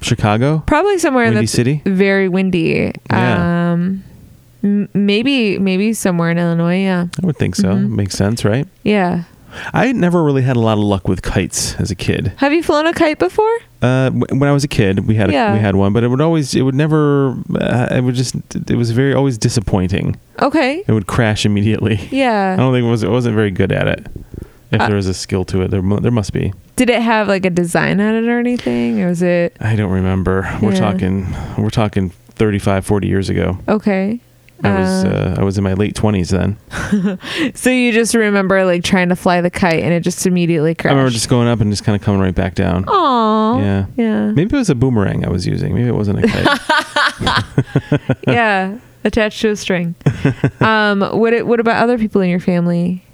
B: Chicago?
A: Probably somewhere in
B: Windy
A: that's
B: City?
A: very windy.
B: Yeah.
A: Um m- maybe maybe somewhere in Illinois, yeah.
B: I would think so.
A: Mm-hmm.
B: Makes sense, right?
A: Yeah.
B: I never really had a lot of luck with kites as a kid.
A: Have you flown a kite before?
B: Uh, wh- when I was a kid, we had a,
A: Yeah.
B: we had one, but it would always it would never uh, it would just it was very always disappointing.
A: Okay.
B: It would crash immediately. I
A: Yeah.
B: don't think it was it wasn't very good at it. If
A: Uh,
B: there was a skill to it, there mu- there must be.
A: Did it have like a design on it or anything? Or was it
B: I don't remember. We're
A: Yeah.
B: talking we're talking 35 40 years ago.
A: okay?
B: I was
A: Uh,
B: uh, I was in my late 20s then.
A: So you just remember like trying to fly the kite and it just immediately
B: I
A: crashed.
B: remember just going up and just kind of coming right back down.
A: Aw.
B: Yeah.
A: Yeah.
B: Maybe it was a boomerang I was using. Maybe it wasn't a kite.
A: yeah. Attached to a string. um. What? It, what about other people in your family?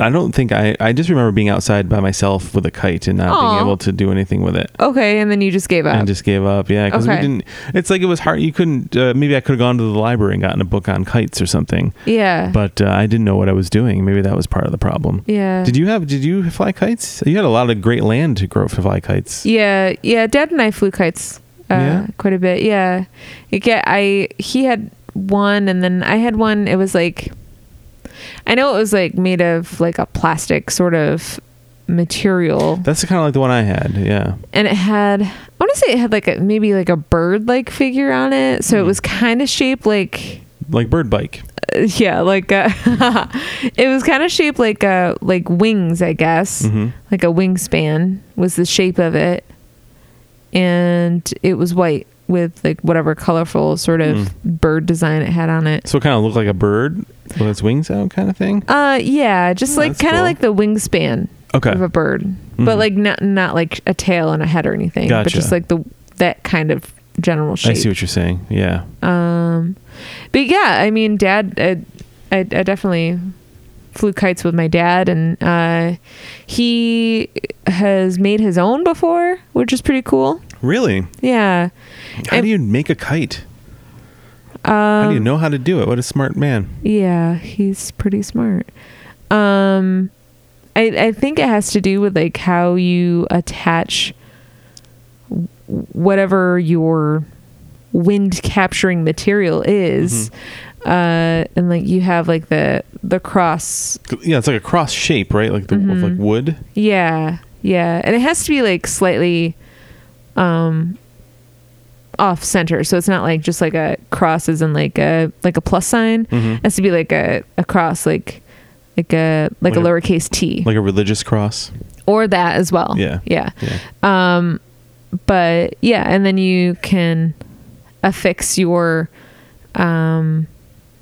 B: I don't think I. I just remember being outside by myself with a kite and not
A: Aw.
B: being able to do anything with it.
A: Okay, and then you just gave up.
B: And just gave up. Yeah, because we
A: Okay.
B: didn't. It's like it was hard. You couldn't. Uh, maybe I could have gone to the library and gotten a book on kites or something.
A: yeah.
B: But uh, I didn't know what I was doing. Maybe that was part of the problem.
A: yeah.
B: Did you have? Did you fly kites? You had a lot of great land to grow for fly kites.
A: Yeah, yeah. Dad and I flew kites uh,
B: Yeah?
A: quite a bit. Yeah, yeah. I he had one, and then I had one. It was like, I know it was like made of like a plastic sort of material,
B: That's kind of like the one I had. Yeah.
A: and it had I want to say it had like a maybe like a bird like figure on it.
B: Mm.
A: So it was kind of shaped like
B: Like bird bike.
A: uh, yeah, like uh, it was kind of shaped like uh like wings, I guess
B: Mhm.
A: like a wingspan was the shape of it and it was white with like whatever colorful sort of
B: Mm.
A: bird design it had on it
B: So it kind of looked like a bird with its wings out, kind of thing.
A: uh yeah just like
B: that's
A: kind of
B: cool.
A: like the wingspan
B: Okay.
A: of
B: Mm-hmm.
A: a bird but like not not like a tail and a head or anything
B: Gotcha.
A: but just like the that kind of general shape
B: I see what you're saying. Yeah.
A: um but yeah i mean dad I, I, I definitely flew kites with my dad and uh he has made his own before which is pretty cool
B: Really?
A: yeah
B: How
A: I-
B: do you make a kite? How
A: Um,
B: do you know how to do it? What a smart man.
A: yeah he's pretty smart um i i think it has to do with like how you attach w- whatever your wind capturing material is uh and like you have like the the cross Mm-hmm.
B: Yeah, it's like a cross shape, right? Like the of like wood.
A: Yeah. Yeah, and it has to be like slightly um off center. So it's not like just like a cross is in like a like a plus sign.
B: Mm-hmm.
A: It has to be like a, a cross like like a like,
B: Like
A: a
B: a-
A: lowercase t
B: Like a religious cross.
A: or that as well.
B: Yeah.
A: Yeah.
B: Yeah.
A: But yeah, and then you can affix your um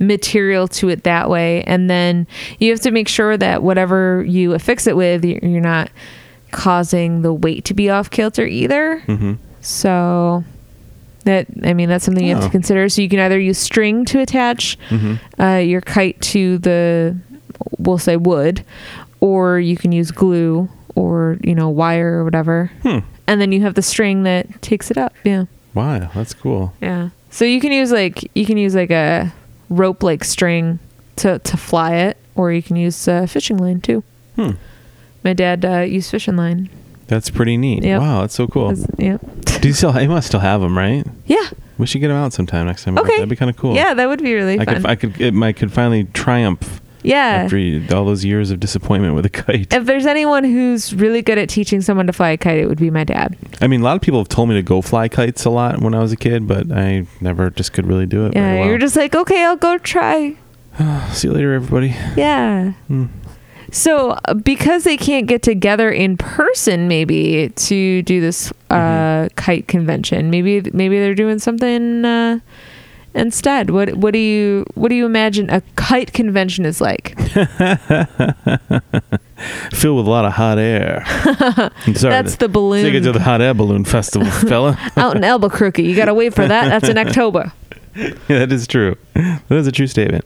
A: material to it that way and then you have to make sure that whatever you affix it with you- you're not causing the weight to be off kilter either
B: hmm
A: so that I mean that's something you have
B: Oh.
A: to consider. So you can either use string to attach
B: Mhm.
A: uh, your kite to the we'll say wood, or you can use glue or you know wire or whatever,
B: Hmm.
A: and then you have the string that takes it up. Yeah,
B: Wow, that's cool.
A: yeah. So you can use like you can use like a rope like string to to fly it, or you can use a fishing line too.
B: Hmm.
A: My dad uh, used fishing line.
B: That's pretty neat.
A: Yep.
B: Wow, that's so cool.
A: As- Yeah,
B: Do you still? You must still have them, right?
A: yeah.
B: We should get them out sometime next time.
A: Okay,
B: that'd be kind of cool.
A: Yeah, that would be really
B: I
A: fun.
B: could, I could, it, I could finally triumph
A: yeah.
B: after you- all those years of disappointment with a kite.
A: if there's anyone who's really good at teaching someone to fly a kite, it would be my dad.
B: I mean, a lot of people have told me to go fly kites a lot when I was a kid, but I never just could really do it.
A: Yeah,
B: very well.
A: you're just like, okay, I'll go try.
B: See you later, everybody.
A: Yeah.
B: Hmm.
A: So uh, because they can't get together in person, maybe to do this uh,
B: Mm-hmm.
A: kite convention, maybe maybe they're doing something uh, instead. What what do you what do you imagine a kite convention is like?
B: Filled with a lot of hot air. I'm sorry.
A: That's the balloon
B: Take it to the hot air balloon festival, fella.
A: out in Albuquerque. You got to wait for that. That's in October.
B: Yeah, that is true. That is a true statement.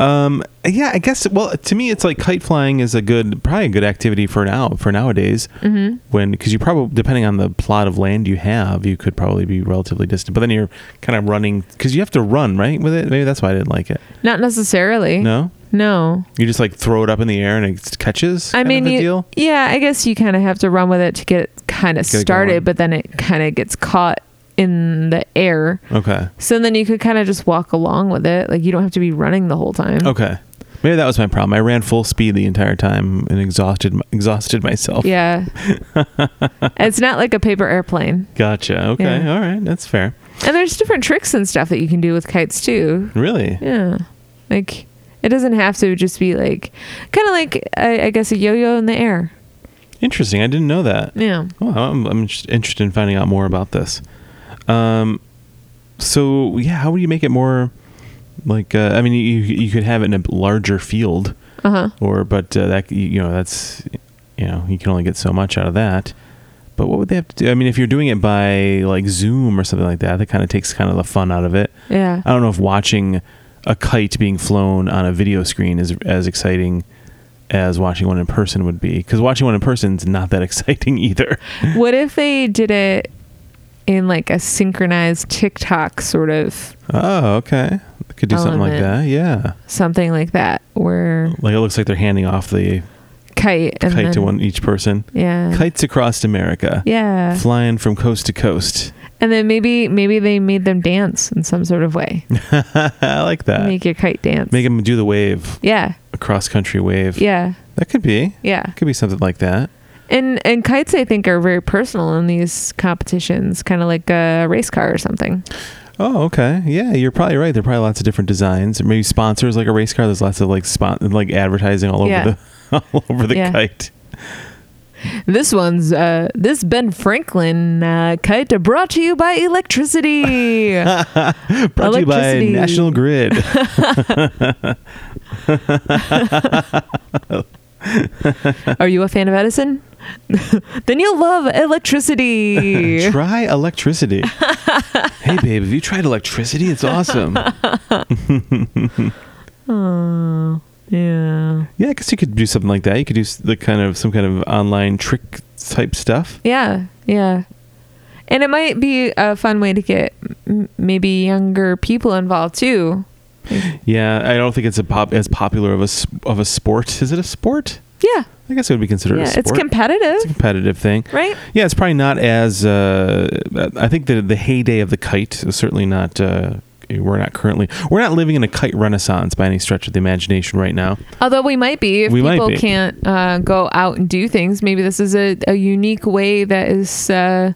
B: Um, yeah, I guess. Well, to me, it's like kite flying is a good, probably a good activity for now for nowadays. Mm-hmm. When because you probably depending on the plot of land you have, you could probably be relatively distant. But then you're kind of running because you have to run right with it. Maybe that's why I didn't like it.
A: Not necessarily.
B: No,
A: No.
B: you just like throw it up in the air and it catches.
A: I
B: kind
A: mean,
B: of a
A: you,
B: deal.
A: yeah, I guess you kind of have to run with it to get it kind of
B: it
A: started,
B: going.
A: but then it kind of gets caught in the air.
B: Okay.
A: So then you could kind of just walk along with it. Like you don't have to be running the whole time.
B: Okay. Maybe that was my problem. I ran full speed the entire time and exhausted exhausted myself.
A: Yeah. it's not like a paper airplane.
B: Gotcha. Okay.
A: Yeah.
B: All right. That's fair.
A: And there's different tricks and stuff that you can do with kites too.
B: Really?
A: Yeah. Like it doesn't have to just be like kind of like I, I guess a yo-yo in the air.
B: Interesting. I didn't know that.
A: Yeah.
B: Well, I'm, I'm just interested in finding out more about this. Um, so yeah, how would you make it more like? Uh, I mean, you you could have it in a larger field,
A: Uh-huh.
B: or but uh, that you know that's you know you can only get so much out of that. But what would they have to do? I mean, if you're doing it by like Zoom or something like that, that kind of takes kind of the fun out of it.
A: Yeah.
B: I don't know if watching a kite being flown on a video screen is as exciting as watching one in person would be because watching one in person is not that exciting either.
A: What if they did it in like a synchronized TikTok sort of
B: Oh, okay. Could do something like that.
A: Element.
B: Yeah.
A: something like that where
B: Like it looks like they're handing off the
A: kite and
B: Oh, kite to
A: then-
B: one each person.
A: Yeah.
B: Kites across America.
A: Yeah.
B: Flying from coast to coast.
A: And then maybe maybe they made them dance in some sort of way.
B: I like that. Make,
A: Make your kite dance.
B: them do the wave,
A: yeah.
B: a cross country wave.
A: Yeah.
B: That could be.
A: Yeah.
B: Could be something like that.
A: And and kites I think are very personal in these competitions, kind of like a race car or something.
B: Oh, okay. Yeah, you're probably right. There are probably lots of different designs. Maybe sponsors like a race car. There's lots of like spon- like advertising all over
A: Yeah.
B: the all over the
A: Yeah.
B: kite.
A: This one's uh this Ben Franklin uh, kite brought to you by electricity.
B: Brought to you by
A: Electricity.
B: National Grid.
A: Are you a fan of Edison? then you'll love electricity.
B: Try electricity. hey, babe, have you tried electricity? It's awesome.
A: oh, yeah.
B: yeah, I guess you could do something like that. You could do s- the kind of some kind of online trick type stuff.
A: Yeah, yeah. And it might be a fun way to get m- maybe younger people involved too.
B: Yeah, I don't think it's a pop as popular of a s- of a sport. Is it a sport?
A: Yeah.
B: I guess it would be considered a
A: Yeah,
B: sport.
A: it's competitive,
B: It's a competitive thing.
A: right?
B: Yeah, it's probably not as. Uh, I think the the heyday of the kite is certainly not uh, we're not currently we're not living in a kite renaissance by any stretch of the imagination right now.
A: Although we might be if
B: We might
A: people
B: be.
A: can't uh, go out and do things. Maybe this is a, a unique way that is uh,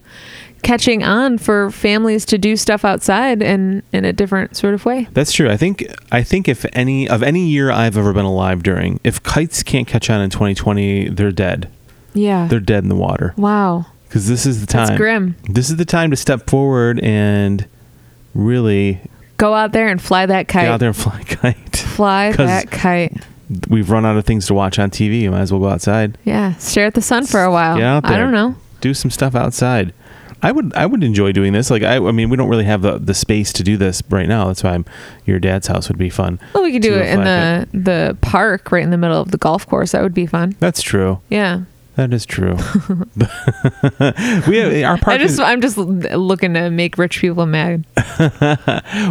A: catching on for families to do stuff outside and in a different sort of way.
B: That's true. I think I think if any of any year I've ever been alive during, if kites can't catch on in 2020, they're dead.
A: Yeah.
B: They're dead in the water
A: wow.
B: because this is the time.
A: That's grim.
B: This is the time to step forward and really
A: Go out there and fly that
B: get
A: kite.
B: out there and fly a kite.
A: Fly
B: 'Cause-
A: that kite.
B: We've run out of things to watch on TV. You might as well go outside.
A: Yeah. Stare at the sun for a while.
B: Get out there.
A: I don't know.
B: Do some stuff outside. I would I would enjoy doing this. Like I I mean we don't really have the, the space to do this right now. That's why I'm, your dad's house would be fun.
A: Well, we could do
B: To
A: it in
B: fly
A: the the park right in the middle of the golf course. That would be fun.
B: That's true.
A: Yeah.
B: That is true. we have our
A: I
B: park.
A: just
B: is-
A: I'm just looking to make rich people mad.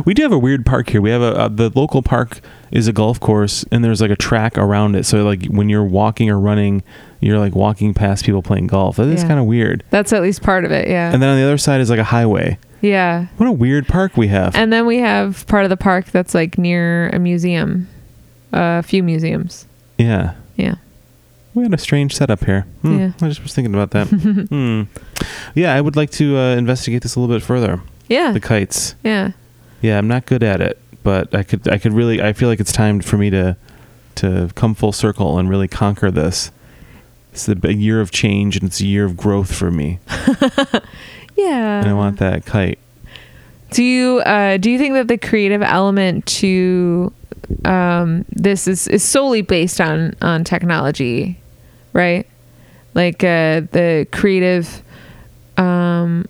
B: we do have a weird park here. We have a, a the local park is a golf course, and there's like a track around it. So like when you're walking or running, you're like walking past people playing golf. That is
A: Yeah.
B: kind of weird.
A: That's at least part of it. Yeah.
B: And then on the other side is like a highway.
A: yeah.
B: What a weird park we have.
A: And then we have part of the park that's like near a museum, a few museums.
B: yeah.
A: Yeah.
B: We had a strange setup here. Hmm.
A: Yeah.
B: I just was thinking about that. hmm. Yeah, I would like to uh, investigate this a little bit further.
A: Yeah.
B: The kites.
A: yeah.
B: Yeah, I'm not good at it, but I could. I could really. I feel like it's time for me to to come full circle and really conquer this. It's a big year of change and it's a year of growth for me,
A: Yeah.
B: and
A: Uh-huh.
B: I want that kite.
A: Do you uh, do you think that the creative element to um, this is, is solely based on on technology, right? Like uh, the creative um,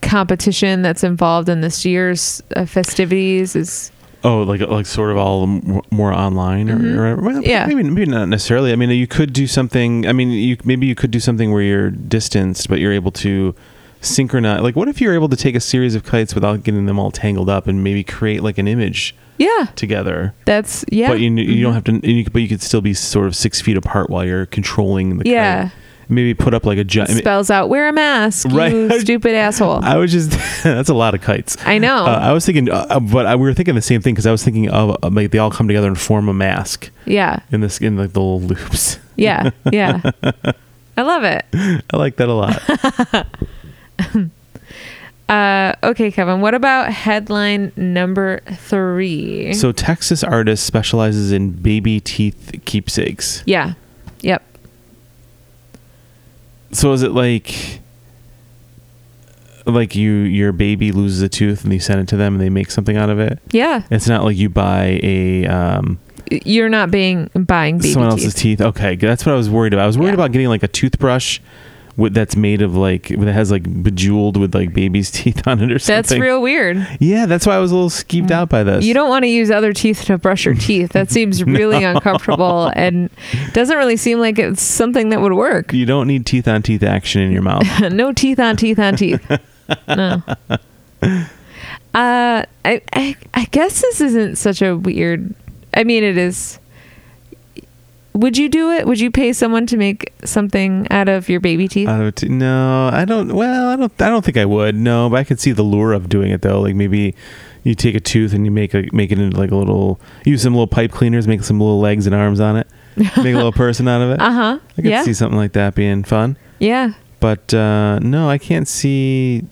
A: competition that's involved in this year's uh, festivities is
B: Oh, like like sort of all m- more online or, or well,
A: Yeah.
B: maybe maybe not necessarily. I mean, you could do something. I mean, you maybe you could do something where you're distanced, but you're able to synchronize. Like, what if you're able to take a series of kites without getting them all tangled up, and maybe create like an image
A: yeah.
B: together?
A: That's yeah. Mm-hmm.
B: But you you don't have to. and You, but you could still be sort of six feet apart while you're controlling the.
A: Yeah.
B: Kite. Maybe put up like a giant. I mean,
A: spells out wear a mask,
B: Right.
A: you stupid asshole.
B: I was just that's a lot of kites.
A: I know.
B: Uh, I was thinking, uh, uh, but I, we were thinking the same thing because I was thinking of uh, like they all come together and form a mask
A: yeah.
B: in this in like the little loops.
A: Yeah. Yeah. I love it.
B: I like that a lot.
A: Uh, okay, Kevin, what about headline number three?
B: so Texas artist specializes in baby teeth keepsakes.
A: yeah. Yep.
B: So is it like like you your baby loses a tooth and you send it to them and they make something out of it?
A: Yeah.
B: It's not like you buy a um,
A: You're not being buying baby
B: someone
A: teeth.
B: else's teeth. Okay, good. that's what I was worried about. I was worried
A: Yeah.
B: about getting like a toothbrush with that's made of like that has like bejeweled with like baby's teeth on it or something.
A: That's real weird.
B: Yeah, that's why I was a little skeeved out by this.
A: You don't want to use other teeth to brush your teeth. That seems really uncomfortable and doesn't really seem like it's something that would work.
B: you don't need teeth on teeth action in your mouth.
A: no teeth on teeth on teeth. No. Uh, I, I I guess this isn't such a weird. I mean, it is. Would you do it? Would you pay someone to make something out of your baby teeth?
B: I don't, no, I don't. Well, I don't. I don't think I would. No, but I could see the lure of doing it though. Like maybe you take a tooth and you make a make it into like a little. Use some little pipe cleaners, make some little legs and arms on it, make a little person out of it.
A: Uh huh.
B: I could
A: Yeah.
B: see something like that being fun.
A: Yeah.
B: But uh, no, I can't see.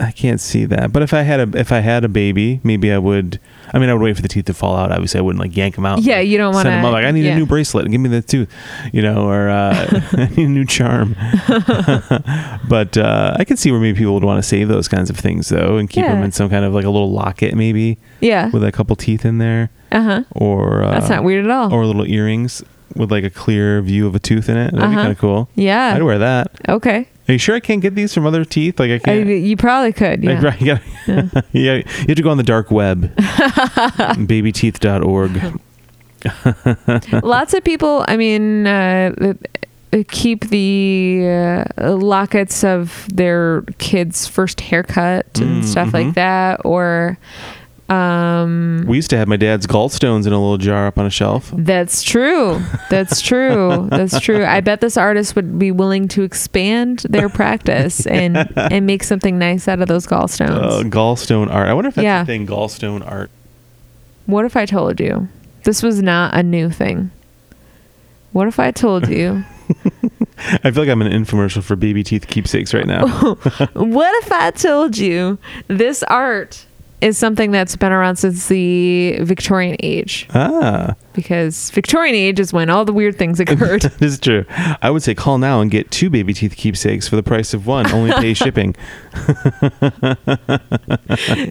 B: I can't see that. But if I had a if I had a baby, maybe I would. I mean, I would wait for the teeth to fall out. Obviously, I wouldn't like yank them out.
A: Yeah, you don't
B: Send
A: wanna-
B: them out, like I need
A: yeah.
B: a new bracelet. Give me the tooth, you know, or uh, I need a new charm. but uh, I could see where maybe people would want to save those kinds of things though, and keep them
A: Yeah.
B: in some kind of like a little locket, maybe
A: Yeah.
B: with a couple teeth in there,
A: Uh huh.
B: or uh,
A: That's not weird at all.
B: Or little earrings with like a clear view of a tooth in it. That'd be
A: Uh-huh.
B: kind of cool.
A: yeah.
B: I'd wear that.
A: okay.
B: Are you sure I can't get these from other teeth? Like I
A: I,
B: can't.
A: you probably could. Yeah.
B: Like, right, you, gotta, yeah, you have to go on the dark web, babyteeth.org.
A: lots of people i mean uh, uh, keep the uh, lockets of their kids first haircut and
B: Mm,
A: stuff like
B: mhm.
A: that or Um,
B: We used to have my dad's gallstones in a little jar up on a shelf.
A: That's true. That's true. That's true. I bet this artist would be willing to expand their practice and and make something nice out of those
B: Uh,
A: gallstones.
B: gallstone art. I wonder if that's
A: Yeah.
B: a thing. Gallstone art.
A: What if I told you this was not a new thing? What if I told you?
B: I feel like I'm in an infomercial for baby teeth keepsakes right now.
A: what if I told you this art is something that's been around since the Victorian age?
B: ah,
A: Because Victorian age is when all the weird things occurred.
B: this is true. I would say call now and get two baby teeth keepsakes for the price of one. Only pay shipping.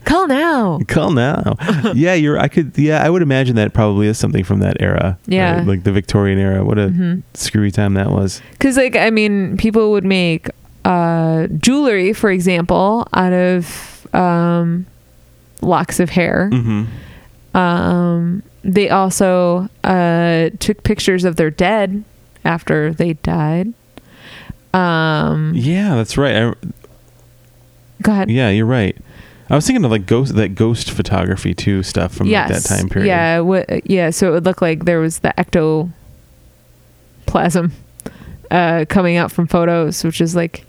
A: Call now.
B: Call now. yeah, you're. I could. Yeah, I would imagine that probably is something from that era.
A: Yeah. Mm-hmm.
B: right? like the Victorian era. What a screwy time that was.
A: Because, like, I mean, people would make uh, jewelry, for example, out of um, locks of hair.
B: Mm-hmm.
A: Um, they also uh, took pictures of their dead after they died. Um,
B: Yeah, that's right. I,
A: go ahead.
B: yeah, you're right. I was thinking of like ghost that ghost photography too stuff from like, that time period.
A: Yeah, wha- yeah. So it would look like there was the ectoplasm uh, coming out from photos, which is like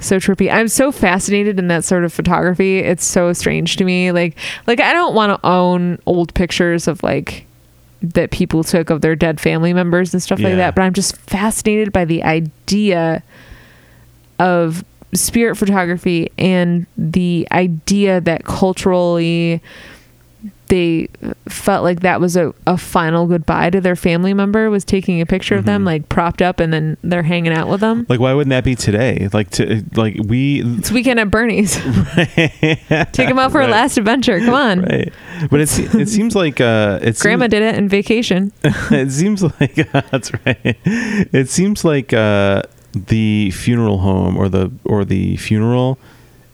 A: so trippy. I'm so fascinated in that sort of photography. It's so strange to me. Like, like I don't want to own old pictures of like that people took of their dead family members and stuff
B: Yeah.
A: like that. But I'm just fascinated by the idea of spirit photography and the idea that culturally they felt like that was a, a final goodbye to their family member was taking a picture of them like propped up and then they're hanging out with them
B: Mm-hmm. Like, why wouldn't that be today? Like, to like we
A: it's weekend at bernie's take them out for
B: Right.
A: a last adventure come on
B: right but it's it seems like uh it's
A: grandma did it in vacation
B: it seems like that's right it seems like uh the funeral home or the or the funeral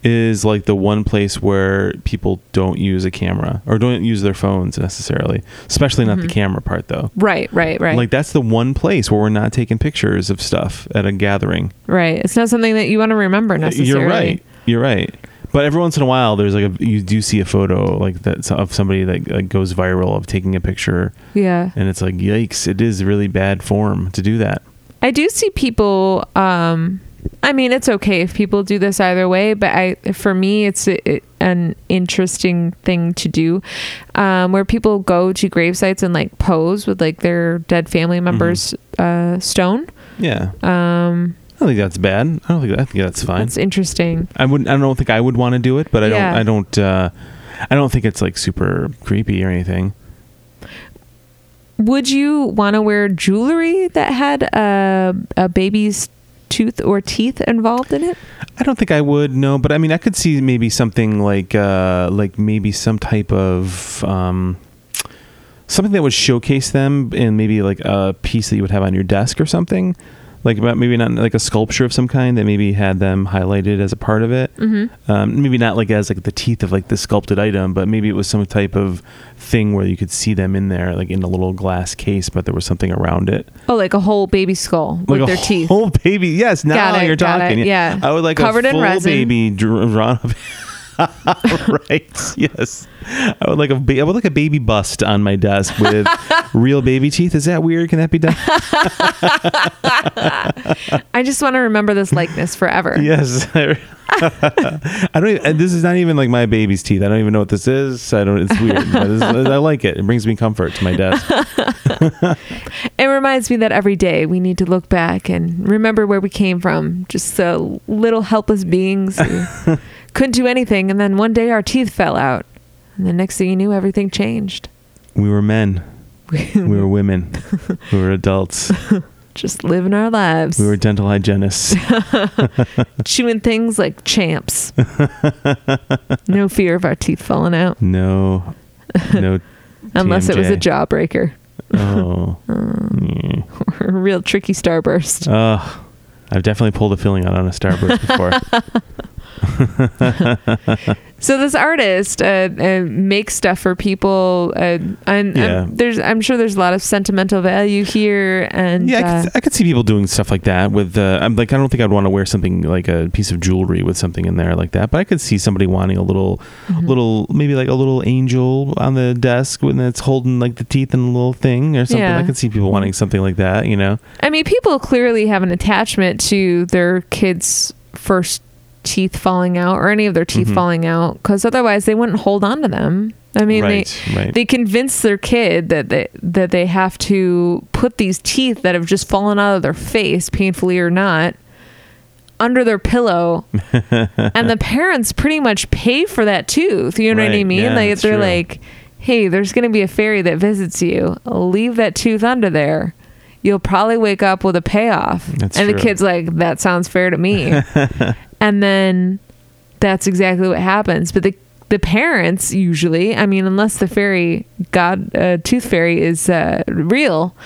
B: is like the one place where people don't use a camera or don't use their phones necessarily especially not the camera part though
A: right Mm-hmm. right right
B: like that's the one place where we're not taking pictures of stuff at a gathering Uh,
A: right it's not something that you want to remember necessarily
B: You're right. You're right. But every once in a while, there's like a you do see a photo like that of somebody that like goes viral of taking a picture,
A: yeah
B: and it's like yikes! It is really bad form to do that.
A: I do see people. Um, I mean, it's okay if people do this either way, but I, for me, it's a, it- an interesting thing to do, um, where people go to grave sites and like pose with like their dead
B: Mm-hmm.
A: family members' uh, stone.
B: Yeah,
A: Um,
B: I don't think that's bad. I don't think I think that's fine.
A: That's interesting.
B: I wouldn't. I don't think I would want to do it, but I
A: Yeah.
B: don't. I don't. Uh, I don't think it's like super creepy or anything.
A: Would you want to wear jewelry that had a a baby's tooth or teeth involved in it?
B: I don't think I would no, but I mean I could see maybe something like uh like maybe some type of um something that would showcase them and maybe like a piece that you would have on your desk or something. Like about maybe not like a sculpture of some kind that maybe had them highlighted as a part of it. Mm-hmm. Um, maybe not like as like the teeth of like the sculpted item, but maybe it was some type of thing where you could see them in there, like in a little glass case, but there was something around it
A: Oh, like a whole baby skull
B: like
A: with
B: a
A: their teeth.
B: whole baby. Yes, now
A: Got it,
B: you're
A: got
B: talking.
A: it, yeah.
B: I would like
A: Covered
B: a
A: in
B: full
A: resin.
B: baby dr- drawn up. right. Yes. I would like a ba- I would like a baby bust on my desk with real baby teeth. Is that weird? Can that be done?
A: I just want to remember this likeness forever.
B: yes. I don't. Even, and this is not even like my baby's teeth. I don't even know what this is. I don't. It's weird. but this- I like it. It brings me comfort to my desk.
A: It reminds me that every day we need to look back and remember where we came from. Just the little helpless beings who couldn't do anything, and then one day our teeth fell out, and the next thing you knew, everything changed.
B: We were men. We were women. We were adults.
A: Just living our lives,
B: We were dental hygienists.
A: chewing things like champs. no fear of our teeth falling out,
B: No, no.
A: unless it was a
B: TMJ.
A: jawbreaker
B: Oh, Mm.
A: or a real tricky starburst.
B: Ugh. I've definitely pulled a filling out on a starburst before.
A: So this artist uh, uh, makes stuff for people, uh, and
B: Yeah.
A: I'm, there's I'm sure there's a lot of sentimental value here. And
B: Yeah, I
A: uh,
B: could, I could see people doing stuff like that with. Uh, I'm like, I don't think I'd want to wear something like a piece of jewelry with something in there like that. But I could see somebody wanting a little,
A: Mm-hmm.
B: little maybe like a little angel on the desk when that's holding like the teeth and a little thing or something.
A: Yeah.
B: I could see people wanting something like that. You know,
A: I mean, people clearly have an attachment to their kids' first teeth falling out or any of their teeth
B: Mhm.
A: falling out because otherwise they wouldn't hold on to them. I mean,
B: right,
A: they
B: right.
A: they convince their kid that they that they have to put these teeth that have just fallen out of their face, painfully or not, under their pillow, and the parents pretty much pay for that tooth. You know what I
B: Right,
A: mean?
B: yeah,
A: like
B: that's
A: they're
B: true.
A: like, "Hey, there's going to be a fairy that visits you. Leave that tooth under there." You'll probably wake up with a payoff.
B: That's
A: and the
B: true.
A: kid's like, that sounds fair to me. and then that's exactly what happens. But the the parents usually, I mean, unless the fairy god uh, tooth fairy is uh, real,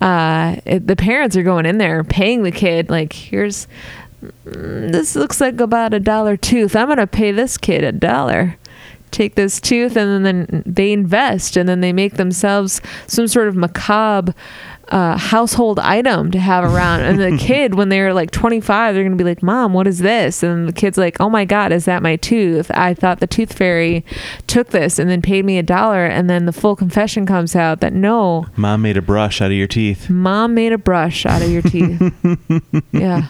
A: uh, it, the parents are going in there paying the kid like here's mm, this looks like about a dollar tooth. I'm gonna pay this kid a dollar. Take this tooth and then, then they invest and then they make themselves some sort of macabre uh, household item to have around. And the kid, when they're like 25, they're going to be like, Mom, what is this? And the kid's like, Oh my God, is that my tooth? I thought the tooth fairy took this and then paid me a dollar. And then the full confession comes out that no,
B: Mom made a brush out of your teeth.
A: mom made a brush out of your teeth. yeah.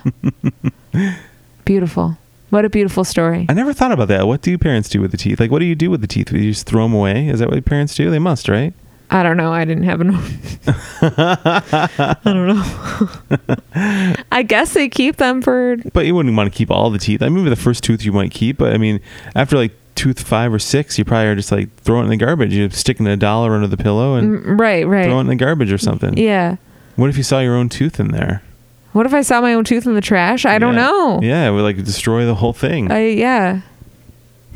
A: Beautiful. What a beautiful story.
B: I never thought about that. What do parents do with the teeth? Like, what do you do with the teeth? You just throw them away? Is that what parents do? They must, right?
A: I don't know. I didn't have an. I don't know. I guess they keep them for
B: But you wouldn't want to keep all the teeth. I mean, maybe the first tooth you might keep, but I mean, after like tooth five or six, you probably are just like throwing it in the garbage. You're sticking a dollar under the pillow and
A: Mm, right, right.
B: throwing it in the garbage or something.
A: Yeah.
B: What if you saw your own tooth in there?
A: What if I saw my own tooth in the trash? I don't
B: Yeah.
A: know.
B: Yeah, it would like destroy the whole thing.
A: I yeah.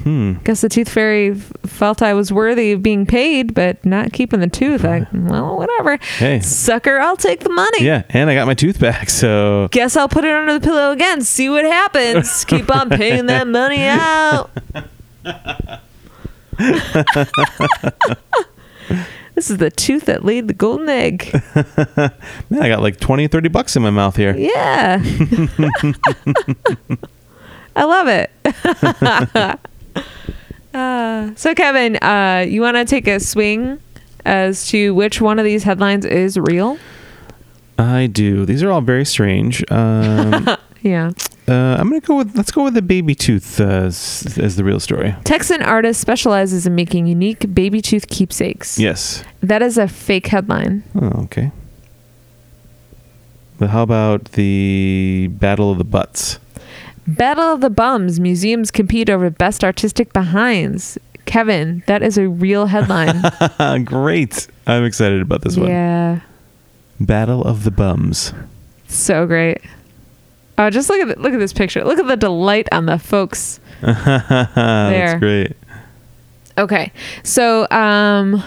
B: hmm.
A: Guess the tooth fairy f- felt I was worthy of being paid, but not keeping the tooth. I well, whatever.
B: Hey.
A: Sucker, I'll take the money.
B: Yeah, and I got my tooth back, so
A: Guess I'll put it under the pillow again. See what happens. Keep on paying that money out. this is the tooth that laid the golden egg.
B: man, I got like 20 or 30 bucks in my mouth here.
A: Yeah. I love it. uh, so, Kevin, uh, you want to take a swing as to which one of these headlines is real?
B: I do. These are all very strange. Um, uh,
A: Yeah.
B: I'm gonna go with let's go with the baby tooth uh, as, as the real story.
A: Texan artist specializes in making unique baby tooth keepsakes.
B: Yes.
A: That is a fake headline.
B: Oh, okay. But how about the Battle of the Butts?
A: Battle of the Bums museums compete over best artistic behinds. Kevin, that is a real headline.
B: Great. I'm excited about this one.
A: yeah.
B: Battle of the Bums.
A: So great. Oh, just look at the, look at this picture. Look at the delight on the folks.
B: That's great.
A: Okay. So, um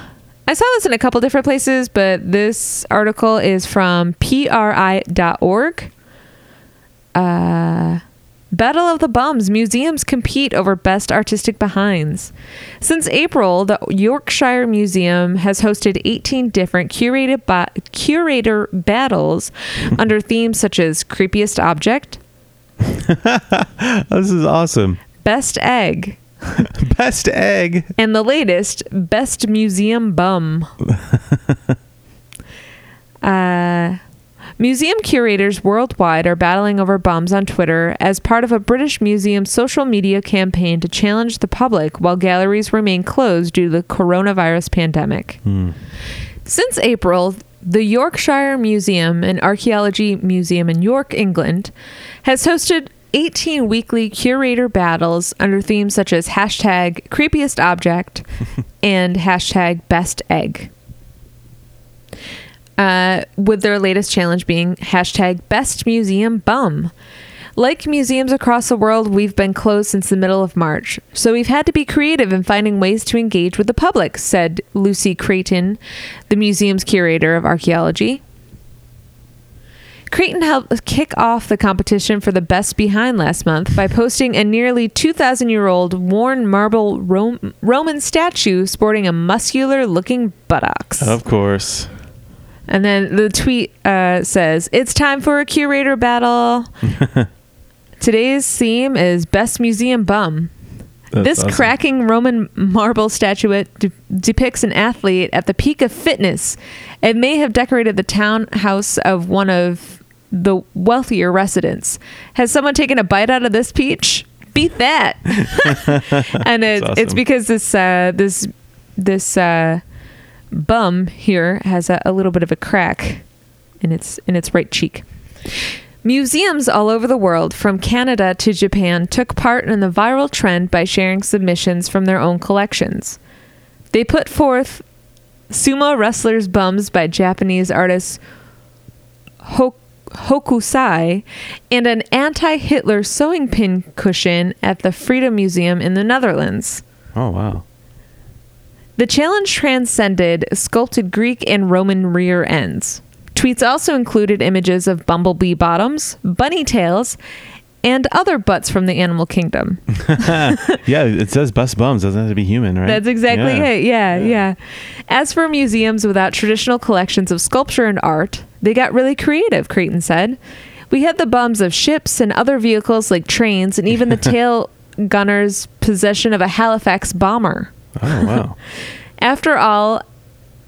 A: I saw this in a couple different places, but this article is from pri.org. Uh Battle of the Bums museums compete over best artistic behinds. Since April, the Yorkshire Museum has hosted 18 different curated ba- curator battles under themes such as creepiest object,
B: Oh, This is awesome.
A: best egg,
B: Best egg.
A: And the latest, Best Museum Bum. uh, museum curators worldwide are battling over bums on Twitter as part of a British museum social media campaign to challenge the public while galleries remain closed due to the coronavirus pandemic. Since April, the Yorkshire Museum, an archaeology museum in York, England, has hosted 18 weekly curator battles under themes such as hashtag creepiest object and hashtag best egg. Uh, with their latest challenge being hashtag best museum bum. Like museums across the world, we've been closed since the middle of March, so we've had to be creative in finding ways to engage with the public, said Lucy Creighton, the museum's curator of archaeology. Creighton helped kick off the competition for the best behind last month by posting a nearly 2,000 year old worn marble Rom- Roman statue sporting a muscular looking buttocks.
B: Of course.
A: And then the tweet uh, says, It's time for a curator battle. Today's theme is Best Museum Bum.
B: That's
A: this
B: awesome.
A: cracking Roman marble statuette de- depicts an athlete at the peak of fitness. It may have decorated the townhouse of one of the wealthier residents. Has someone taken a bite out of this peach? Beat that! and it's,
B: awesome.
A: it's because this uh, this this uh, bum here has a, a little bit of a crack in its in its right cheek. Museums all over the world, from Canada to Japan, took part in the viral trend by sharing submissions from their own collections. They put forth Sumo Wrestler's Bums by Japanese artist Ho- Hokusai and an anti Hitler sewing pin cushion at the Freedom Museum in the Netherlands.
B: Oh wow.
A: The challenge transcended sculpted Greek and Roman rear ends. Tweets also included images of bumblebee bottoms, bunny tails, and other butts from the animal kingdom.
B: Yeah, it says best bums. Doesn't have to be human, right?
A: That's exactly
B: Yeah.
A: it. Yeah, yeah, As for museums without traditional collections of sculpture and art, they got really creative, Creighton said. We had the bums of ships and other vehicles like trains, and even the tail gunner's possession of a Halifax bomber.
B: Oh wow.
A: After all,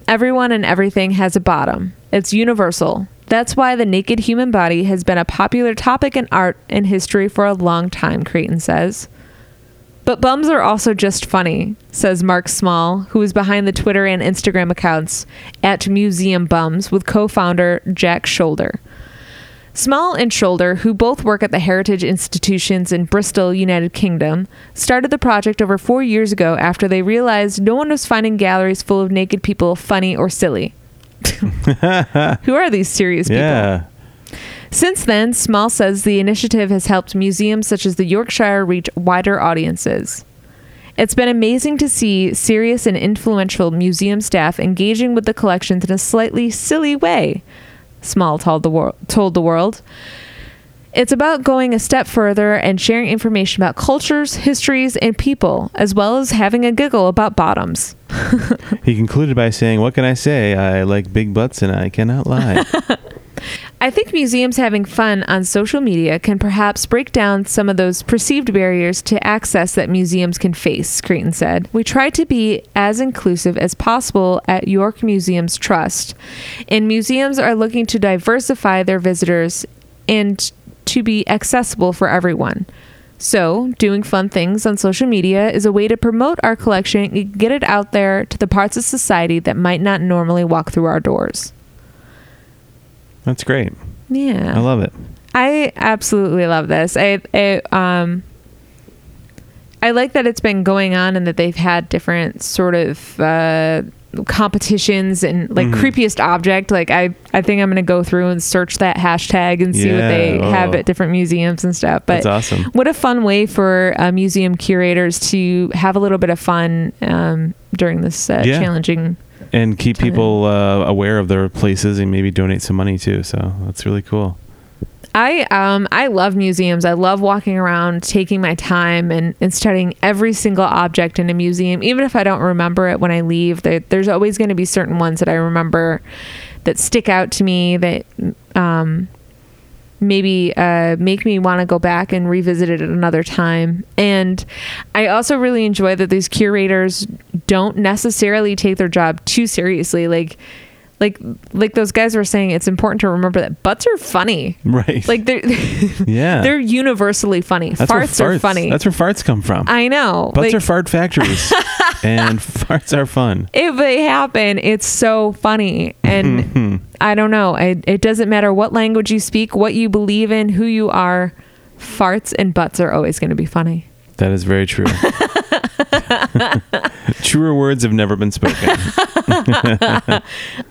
A: everyone and everything has a bottom. It's universal. That's why the naked human body has been a popular topic in art and history for a long time, Creighton says. But bums are also just funny, says Mark Small, who is behind the Twitter and Instagram accounts at Museum Bums with co founder Jack Shoulder. Small and Shoulder, who both work at the heritage institutions in Bristol, United Kingdom, started the project over four years ago after they realized no one was finding galleries full of naked people funny or silly. who are these serious people?
B: yeah.
A: Since then, Small says the initiative has helped museums such as the Yorkshire reach wider audiences. It's been amazing to see serious and influential museum staff engaging with the collections in a slightly silly way, Small told the, wor- told the world. It's about going a step further and sharing information about cultures, histories, and people, as well as having a giggle about bottoms.
B: He concluded by saying, "What can I say? I like big butts, and I cannot lie."
A: I think museums having fun on social media can perhaps break down some of those perceived barriers to access that museums can face, Creighton said. We try to be as inclusive as possible at York Museums Trust, and museums are looking to diversify their visitors and to be accessible for everyone. So, doing fun things on social media is a way to promote our collection and get it out there to the parts of society that might not normally walk through our doors.
B: That's great.
A: Yeah.
B: I love it.
A: I absolutely love this. I, I um I like that it's been going on and that they've had different sort of uh, competitions and like
B: Mm-hmm.
A: creepiest object. Like I I think I'm gonna go through and search that hashtag and see what
B: Yeah,
A: they have
B: oh.
A: at different museums and stuff. But
B: That's awesome.
A: What a fun way for uh, museum curators to have a little bit of fun um, during this uh,
B: Yeah.
A: challenging.
B: And keep people uh, aware of their places, and maybe donate some money too. So that's really cool.
A: I um I love museums. I love walking around, taking my time and, and studying every single object in a museum. Even if I don't remember it when I leave, there, there's always going to be certain ones that I remember that stick out to me that um maybe uh, make me want to go back and revisit it at another time. And I also really enjoy that these curators don't necessarily take their job too seriously. Like, like, like those guys were saying, it's important to remember that butts are funny.
B: Right.
A: Like they're
B: yeah.
A: they're universally funny.
B: That's where
A: farts, are funny.
B: That's where farts come from.
A: I know.
B: Butts
A: like,
B: are fart factories, and farts are fun.
A: if they happen, it's so funny. And I don't know. It, it doesn't matter what language you speak, what you believe in, who you are. Farts and butts are always going to be funny.
B: That is very true. Truer words have never been spoken. Uh,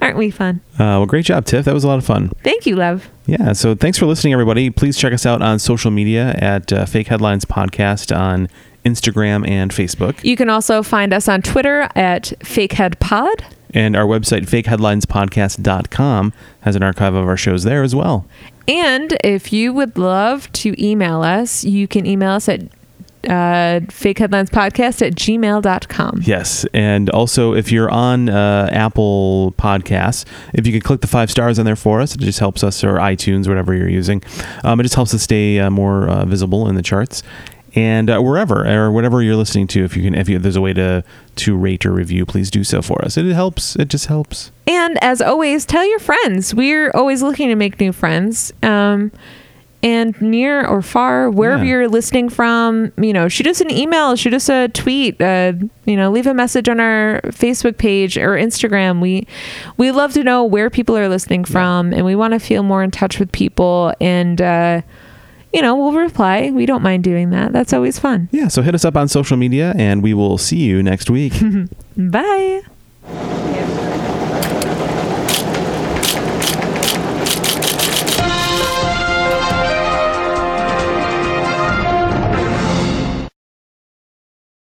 A: Aren't we fun?
B: well, great job, Tiff. That was a lot of fun.
A: Thank you, love.
B: Yeah. So thanks for listening, everybody. Please check us out on social media at uh, Fake Headlines Podcast on Instagram and Facebook.
A: You can also find us on Twitter at FakeheadPod.
B: And our website, fakeheadlinespodcast.com, has an archive of our shows there as well.
A: And if you would love to email us, you can email us at uh, fakeheadlinespodcast at gmail.com.
B: Yes, and also if you're on uh, Apple Podcasts, if you could click the five stars on there for us, it just helps us, or iTunes, whatever you're using. Um, it just helps us stay uh, more uh, visible in the charts, and uh, wherever or whatever you're listening to, if you can, if you, there's a way to to rate or review, please do so for us. It helps. It just helps.
A: And as always, tell your friends. We're always looking to make new friends. Um, and near or far, wherever
B: Yeah.
A: you're listening from, you know, shoot us an email, shoot us a tweet, uh, you know, leave a message on our Facebook page or Instagram. We we love to know where people are listening from, and we want to feel more in touch with people. And uh, you know, we'll reply. We don't mind doing that. That's always fun.
B: Yeah. So hit us up on social media, and we will see you next week.
A: Bye.